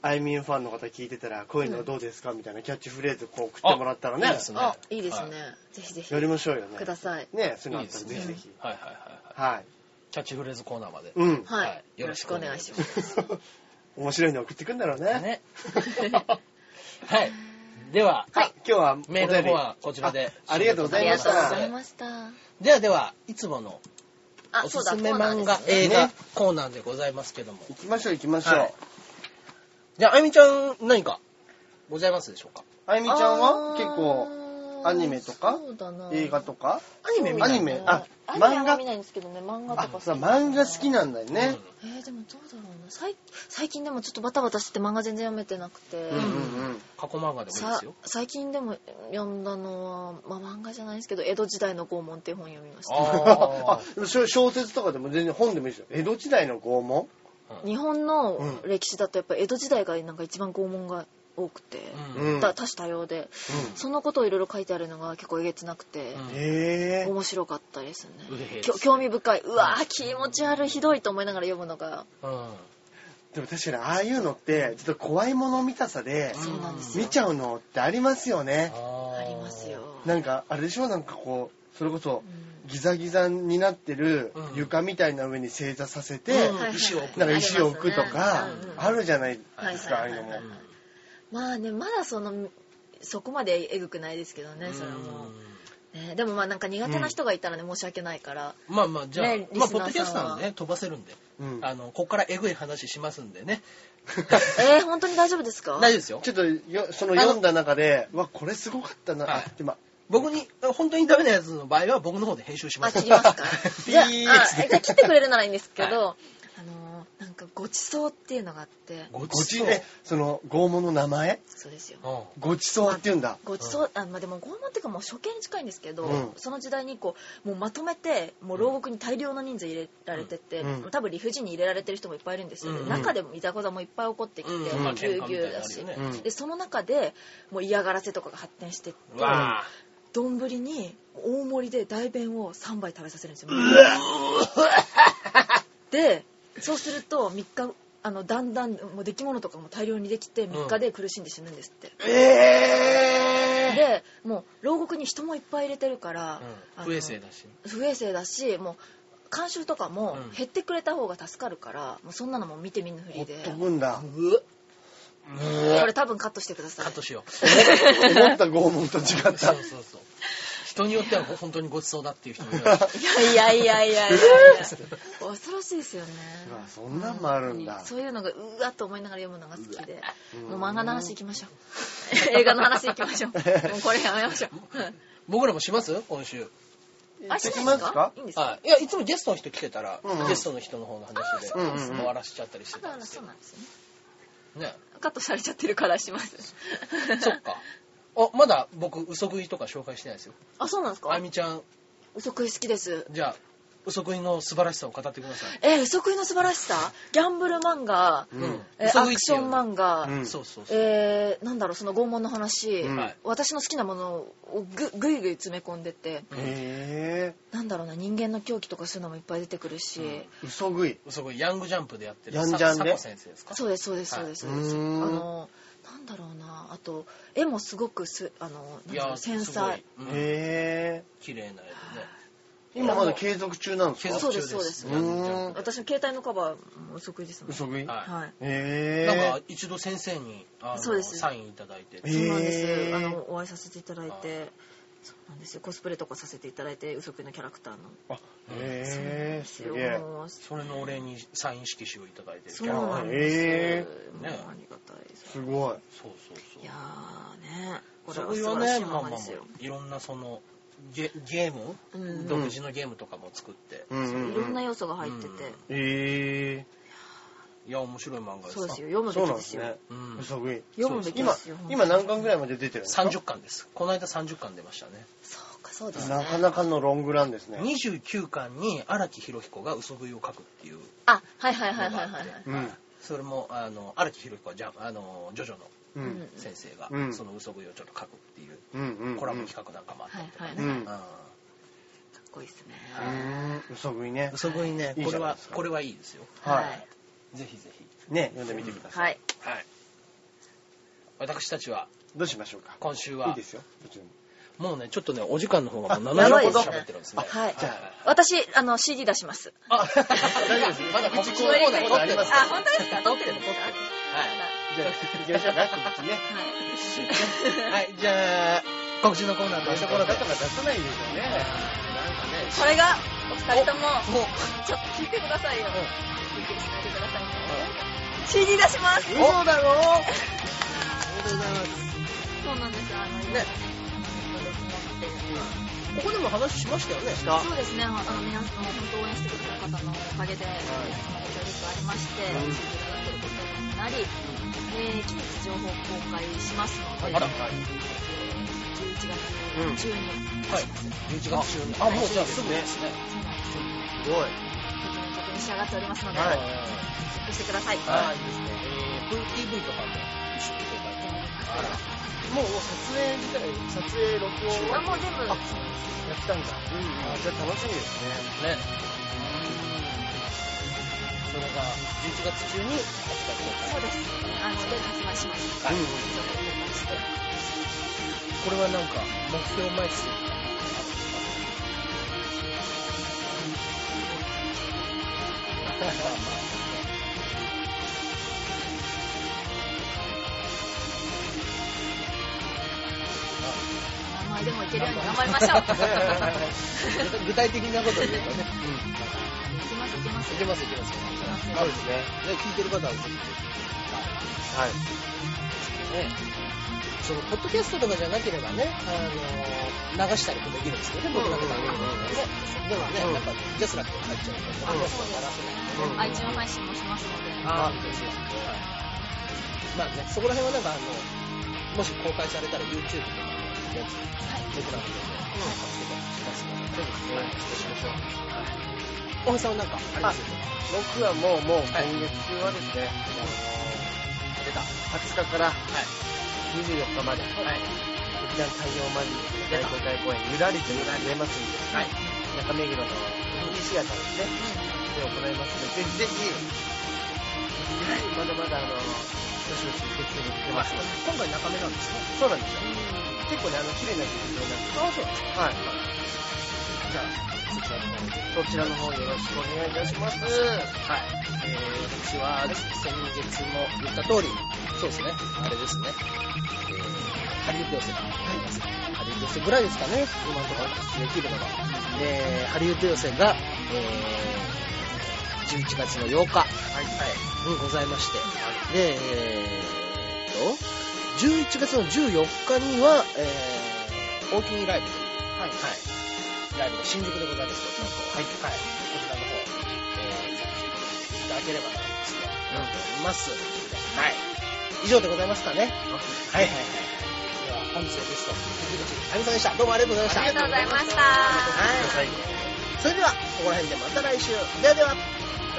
S1: あいみんファンの方聞いてたら、こういうのどうですかみたいなキャッチフレーズこう送ってもらったらね
S2: いい、ですね
S3: あいいですね、ぜひぜひ
S1: やりましょうよね
S3: く。ださい
S1: ね、そういう
S2: い
S1: のあ
S2: い
S1: っ
S2: で
S1: たら
S2: す
S1: ぜ
S2: ね。
S1: ひ
S2: はいは
S1: ぜ
S2: い
S1: ひ。
S2: はいはい。
S1: はい。
S2: キャッチフレーズコーナーまで。
S1: うん。
S3: はい、
S2: はい
S3: よろしくお願いします
S1: *laughs* 面白いの送ってくんだろう *laughs* ね。
S2: ね。 *laughs* はい。では、
S1: はい。今日はお便り
S2: メールの方はこちらで
S1: あありがとうござ
S3: あ
S1: い
S3: り
S1: ま
S3: が
S1: し
S3: とうご
S1: た。
S3: ざいました
S2: ではでは、いつもの
S3: あ
S2: おす
S3: そうだ
S2: す
S3: コ
S2: め
S3: ーナー
S2: 漫
S3: で
S2: 画、
S3: すね
S2: 映画コーナーでございますけども。
S1: 行きましょう行きましょう。
S2: はいじゃあ、あゆみちゃん、何かございますでしょうか
S1: あゆみちゃんは結構
S3: 構
S1: アニメとか
S3: そうだな
S1: 映画とか
S2: アニメ見ない
S1: アニメあ
S3: アニメあん
S1: 漫
S3: ま
S1: 画
S3: 見ないんですけどね漫画と
S1: あ
S3: か好き
S1: そう漫画好きなんだよね。
S3: えー、でもどうだろうな最最近でもちょっとバタバタしてて漫画全然読めてなくて、
S1: うんうんうん。
S2: 過去漫画でもいいで
S3: さ
S2: すよ。
S3: 最近でも読んだのは、まあ、漫画じゃないんですけど「江戸時代の拷問」っていう本読みまし
S2: あ
S1: あ、でも小小説とかでも全然本でもいいですよ。江戸時代の拷問
S3: た日本の
S1: うん
S3: 歴史だとやっぱ江戸時代がなんか一番拷問が多くて、
S2: ー
S1: うん
S3: だ多種多様で、そのことをいろいろ書いてあるのが結構えげつなくて、
S2: うん
S1: へえ。
S3: 面白かったですね
S2: うへえ
S3: きょ興味深いうわー気持ち悪いひどいと思いながら読むのが
S2: うん。
S1: でも確かにああいうのって、ちょっと怖いもの見たさで、
S3: そうなんですよ
S1: 見ちゃうのってありますよね。
S3: あ
S2: あ
S3: りますよ。、
S1: なんか、あれでしょなんかこう、それこそ
S3: う、ん
S1: ギザギザになってる
S2: うん
S1: 床みたいな上に正座させて、
S2: うん
S3: はい
S2: 石を置く
S1: なんか石を置くとか
S3: ありますねうんう、ん
S1: あるじゃないですか、あ
S3: は
S1: あ
S3: い
S1: い
S3: は
S1: う
S3: い
S1: の
S3: はいは
S1: も
S3: い。まあねまだそのそこまでえぐくないですけどねそれはもう、ね、でもまあなんか苦手な人がいたらね、申し訳ないから
S2: まあまあ、じゃあ、
S3: ねリスナ
S2: まあ、ポッ
S3: ーさんは
S2: ドキャストなんでね、飛ばせるんで。
S1: うん
S2: あの、こっからえぐい話しますんで
S3: *laughs*
S2: ね。
S3: えー、本当に大丈
S1: *laughs*
S3: 夫ですか
S2: 大丈夫ですよ
S1: ち。ょっとよ、その読んだ中で、うわ、これすごかった
S2: は
S1: な、
S2: い
S1: って今、
S2: 僕に、本当にダメなやつの場合は、僕の方で編集しま
S3: あ
S2: す。
S3: 切りますか
S1: *laughs*
S3: じゃああ
S1: ピ
S3: じ
S1: ー
S3: ゃあ切ってくれるならいいんですけど、あのーなんかごちそうっていうのがあって
S2: *laughs* ご
S1: ご
S2: ちそ
S1: ち
S2: う。
S1: え、その、拷問の名前
S3: そうですよ
S2: うん
S1: ごちそうって言うんだ。
S3: ごちそう、あまあ、でも拷問っていうかもう処刑に近いんですけど、
S1: うん
S3: その時代にこうもうまとめてもう牢獄に大量の人数入れられてて、
S1: うん
S3: もう多分理不尽に入れられてる人もいっぱいいるんですよ、
S2: うん
S3: 中でもいざこざもいっぱい起こってきて、
S2: うん
S1: まあ
S3: ぎゅうぎゅうだし、
S2: 喧嘩みたいな
S1: のあるよねうん
S3: でその中でもう嫌がらせとかが発展してって
S2: うわ
S3: 丼に大盛りで大便を3杯食べさせるんですよでそうすると3日あのだんだんもう出来物とかも大量にできて3日で苦しんで死ぬんですって、
S1: え
S3: でもう牢獄に人もいっぱい入れてるから、
S2: ぁ。
S3: あの
S2: 不衛生だし。
S3: 不衛生だしもう慣習とかも
S2: うん
S3: 減ってくれた方が助かるから、もうそんなのも見て見ぬふ
S1: ほ
S3: り
S1: っ
S3: で
S1: とくんだ。
S3: これ多分カットしてください
S2: カットしよう。
S1: 思った拷問と違っ
S2: そ
S1: た
S2: う。そうそう。人によっては本当にごちそうだっていう人もいるらしい。
S1: *laughs*
S3: いやいやいやいやいや恐ろしいですよね
S1: うわそんなんもあるんだ
S3: うそういうのがうわっと思いながら読むのが好きで
S1: う
S3: もう漫画の話行きましょう *laughs* 映画の話行きましょうもうこれやめましょう
S2: 僕らもします今週。
S3: あし
S1: で
S3: な
S1: き
S3: い
S1: ま
S3: ですす
S1: か
S3: かいいんですか
S2: はい。いや、いつもゲストの人来てたら
S1: うんう、ん
S2: ゲストの人の方の話で
S3: あ
S1: ーそう
S2: 終わらしちゃったりして
S3: だか
S2: たんで
S3: ら
S2: すけ
S3: そう
S2: ど
S3: なんですよね。
S2: ね。
S3: カットされちゃってるからします
S2: そっか。あ、まだ僕、嘘食いとか紹介してないですよ。
S3: あそうなんです
S2: あ
S3: か
S2: ゆみちゃん、
S3: 嘘食い好きです
S2: じゃあ、嘘食いの素晴らしさを語ってください。
S3: えー、嘘食いの素晴らしさギャンブル漫画、
S1: うん
S3: えー
S2: 嘘
S3: ア
S2: 食いっ
S3: クシ
S2: てい
S3: ョ
S2: う
S3: ン
S2: の
S3: 漫画、
S1: うん
S2: そうそうそう。
S3: えー、なんだろうその拷問の話、
S1: うん
S2: はい
S3: 私の好きなものをぐぐいぐい詰め込んでて
S1: へえ
S3: なんだろうな人間の狂気とかそういうのもいっぱい出てくるし、
S1: 嘘食い。
S2: 嘘食い、ヤングジャンプでやってる、
S1: ヤンジャン
S2: さ
S1: で
S2: 佐古先生ですか
S3: そうですそうですそうです、
S1: はい
S3: そうです
S1: う
S3: あ
S1: ーん
S3: のなんだろうなあと絵もすごくすあのなん
S2: い
S3: だろ
S2: や
S3: う繊細。
S2: すごいうん
S1: へえ
S2: 綺麗な絵でね。
S1: 今まだ継続中なんです
S2: 継
S1: か
S2: 続中で
S3: そうです
S2: す。
S3: そう
S1: です
S2: ヤングジャンプ
S3: 私の携帯のカバーも嘘食いですもん
S1: 嘘食い
S2: は
S3: はい
S1: へ
S2: なんか
S1: え
S2: 一度先生にあの
S3: そうです
S2: サインいただいて
S1: え
S3: そうなんです、
S1: へー
S3: あのお会いさせていただいてそうなんですよコスプレとかさせていただいてウソクイのキャラクターの
S1: あ、へえ、すげえ。
S3: もう
S2: それのお礼にサイン色紙をいただいてる
S3: そう
S2: キャラクター
S3: なんです
S1: へ
S3: もう
S2: ね
S3: ありがたいです
S1: すごい。
S2: そうそうそう
S3: いやーねこれ
S2: そ
S3: は
S2: うい
S3: 素晴
S2: う
S3: ら
S2: ね、
S3: しい
S2: まあ
S3: も
S2: まあま
S3: ので
S2: あ
S3: すよ、
S2: いろんなそのゲゲーム、
S3: うん
S2: 独自のゲームとかも作って、
S1: うんうん
S3: いろ
S1: う。
S3: んなん要素が入ってて、
S2: うん
S1: え
S2: いや面白い漫画です
S3: そうですよ
S1: え、
S3: 読む
S1: そう
S3: べ
S1: なん
S3: きで
S1: ですす
S3: よ
S1: ね。
S2: うん
S1: うそぐい。
S3: 読むべきで
S1: 今
S3: すよ、
S1: 今何巻ぐらい
S3: ま
S1: まで出てるんですか
S2: 30巻ですこの間30巻出ましたね
S3: そうかそうですね
S1: なかなかのロングランですね。
S2: 29巻に荒木博彦が嘘食いを書くっていう
S3: あはいはい
S2: の
S3: はいは
S2: があ
S3: い
S2: って
S3: はい
S1: うん
S2: はいそれもあの荒木博彦はジャあのジョジョの
S1: うん。うん
S2: 先生が、
S1: うん
S2: その嘘食いをちょっと書くっていう
S1: うんうん。
S2: コラボ企画なんかもあったりとかね、
S3: はい
S1: はい
S2: うん
S3: かっこいいですね
S1: うーん、嘘食いね。
S2: 嘘食いね
S1: いい
S2: これ
S1: じゃない
S2: は
S1: ですか
S2: これはいいですよ
S1: はい。
S2: ぜひぜひ
S1: ね、読んでみてください。
S3: はい
S2: はい私たちは
S1: どうしましょうか。
S2: 今週
S1: いい
S2: は
S1: ですよ。どっちでも
S2: もうねちょっとねお時間の方がもう
S1: あ
S2: 70
S1: なる
S2: 分
S1: ほど
S2: 喋ってるんですね
S3: はい
S2: じゃ
S3: 私あの CD 出します
S2: ああ
S1: 大丈夫です。まだ告知
S3: の
S1: の
S3: や
S1: コ
S3: り
S1: ーナー
S3: 取り
S1: まだあります
S3: あ本当ですか撮ってるの撮ってる
S1: じゃあ、行きましょうか、告知ね。
S3: はい
S2: はいじゃあ告知のコーナー
S1: ど
S2: と
S1: う
S2: い
S1: し
S2: うところ
S1: たころ
S2: で
S1: だとか出さないんですよね。なんかね。
S3: これがお二人とも
S2: もう
S3: ちょっと聞いてくださいよ、聞いて聞いてくださいね、CD 出します
S1: 嘘だろ
S2: ありがとうございます
S3: そうなんですあの
S2: ね
S3: そうですね
S2: ここでも話しましたよね
S1: した
S3: そうですね、あの皆さん、本当応援してくださる方のおかげで、そのご協力ありまして、
S1: うん
S3: 聞いていただけることになり、えー近日情報公開しますので、
S2: あら
S3: 11月
S1: うん
S3: 中に、
S2: はい11月中にあもうじゃあすぐですね
S3: そうなんですよ、
S1: すごい。
S3: 劇の曲に仕上がっておりますので、
S1: はい
S3: チェックしてください。
S2: ああいいですねえー VTV とかも一緒に公開あら
S1: もう撮影自体、撮影、録音
S3: あもう全部
S1: あやったんだ。うん。あじゃあ楽しみですね。
S2: ね。それが11月中に発売さ
S3: そうです。あの、で、発売しま
S2: れる。
S3: す。ちょっとお願いして
S2: これはなんか目標枚
S1: *laughs*
S2: 数。
S3: 名前でもいけるように頑張りましょう。
S1: *laughs*
S2: 具体的なこと言うとね。
S3: いけます、いけます。
S2: いけますいけます。
S1: そ
S3: いけま
S1: う
S3: す
S1: ですね。
S2: で聞いてる方はぜひぜ
S1: はい。
S2: ひね。そのポッドキャストとかじゃなければね、あの流したりもできるんですけどね、僕らの番組とかね。でもね、なんかジャスラックに入っちゃうと、ポッドキャストにならせない。
S1: うん
S3: iTunes 配信もしますので。
S2: ああ、そうそうまあね、そこら辺はなんかあの、もし公開されたら YouTube とかのやつ、僕らの動画をつけたりしますので、はい、しましょう。大橋さんはなんかありますよね
S1: 僕はもう、もう、今
S2: はい
S1: 月中はですね、
S2: 出た。は
S1: あの20日から
S2: い。
S1: 24日まで、
S2: はい。
S1: 劇団太陽マジック第5回公演、ゆらりと出ますんで、
S2: はい。
S1: 中目黒のミニシアターですね、で行いますので、ぜひぜひ、まだまだあの、どしどし受け付けに来てますので、
S2: 今回中目なんですね。
S1: そうなんですよ。結構ね、あの、綺麗な劇場なんで、
S2: ああ、そう。
S1: はい。じゃあ、そちらの方よろしくお願いいたします。
S2: はい。えー、私は、先月も言った通り、そうですね、あれですね、えー、ハリウッド寄せがあります。ハリウッド寄せぐらいですかね、今のところ告知できるのが。えー、ハリウッド寄せが、えー、11月の8日、にございまして、で、えー、っと、11月の14日には、えー、大きにライブ。はい。ライブが新宿でございます、こちらの方。はい。はい。こちらの方、えー、ぜひぜひいただければなと思っております。はい。以上でございますかね。はいはいはい。では、本日のゲスト、藤口あゆみさんでした。どうもありがとうございました。
S3: ありがとうございました。
S2: はい。それでは、ここら辺でまた来週。ではでは。
S1: さ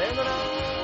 S1: ようなら。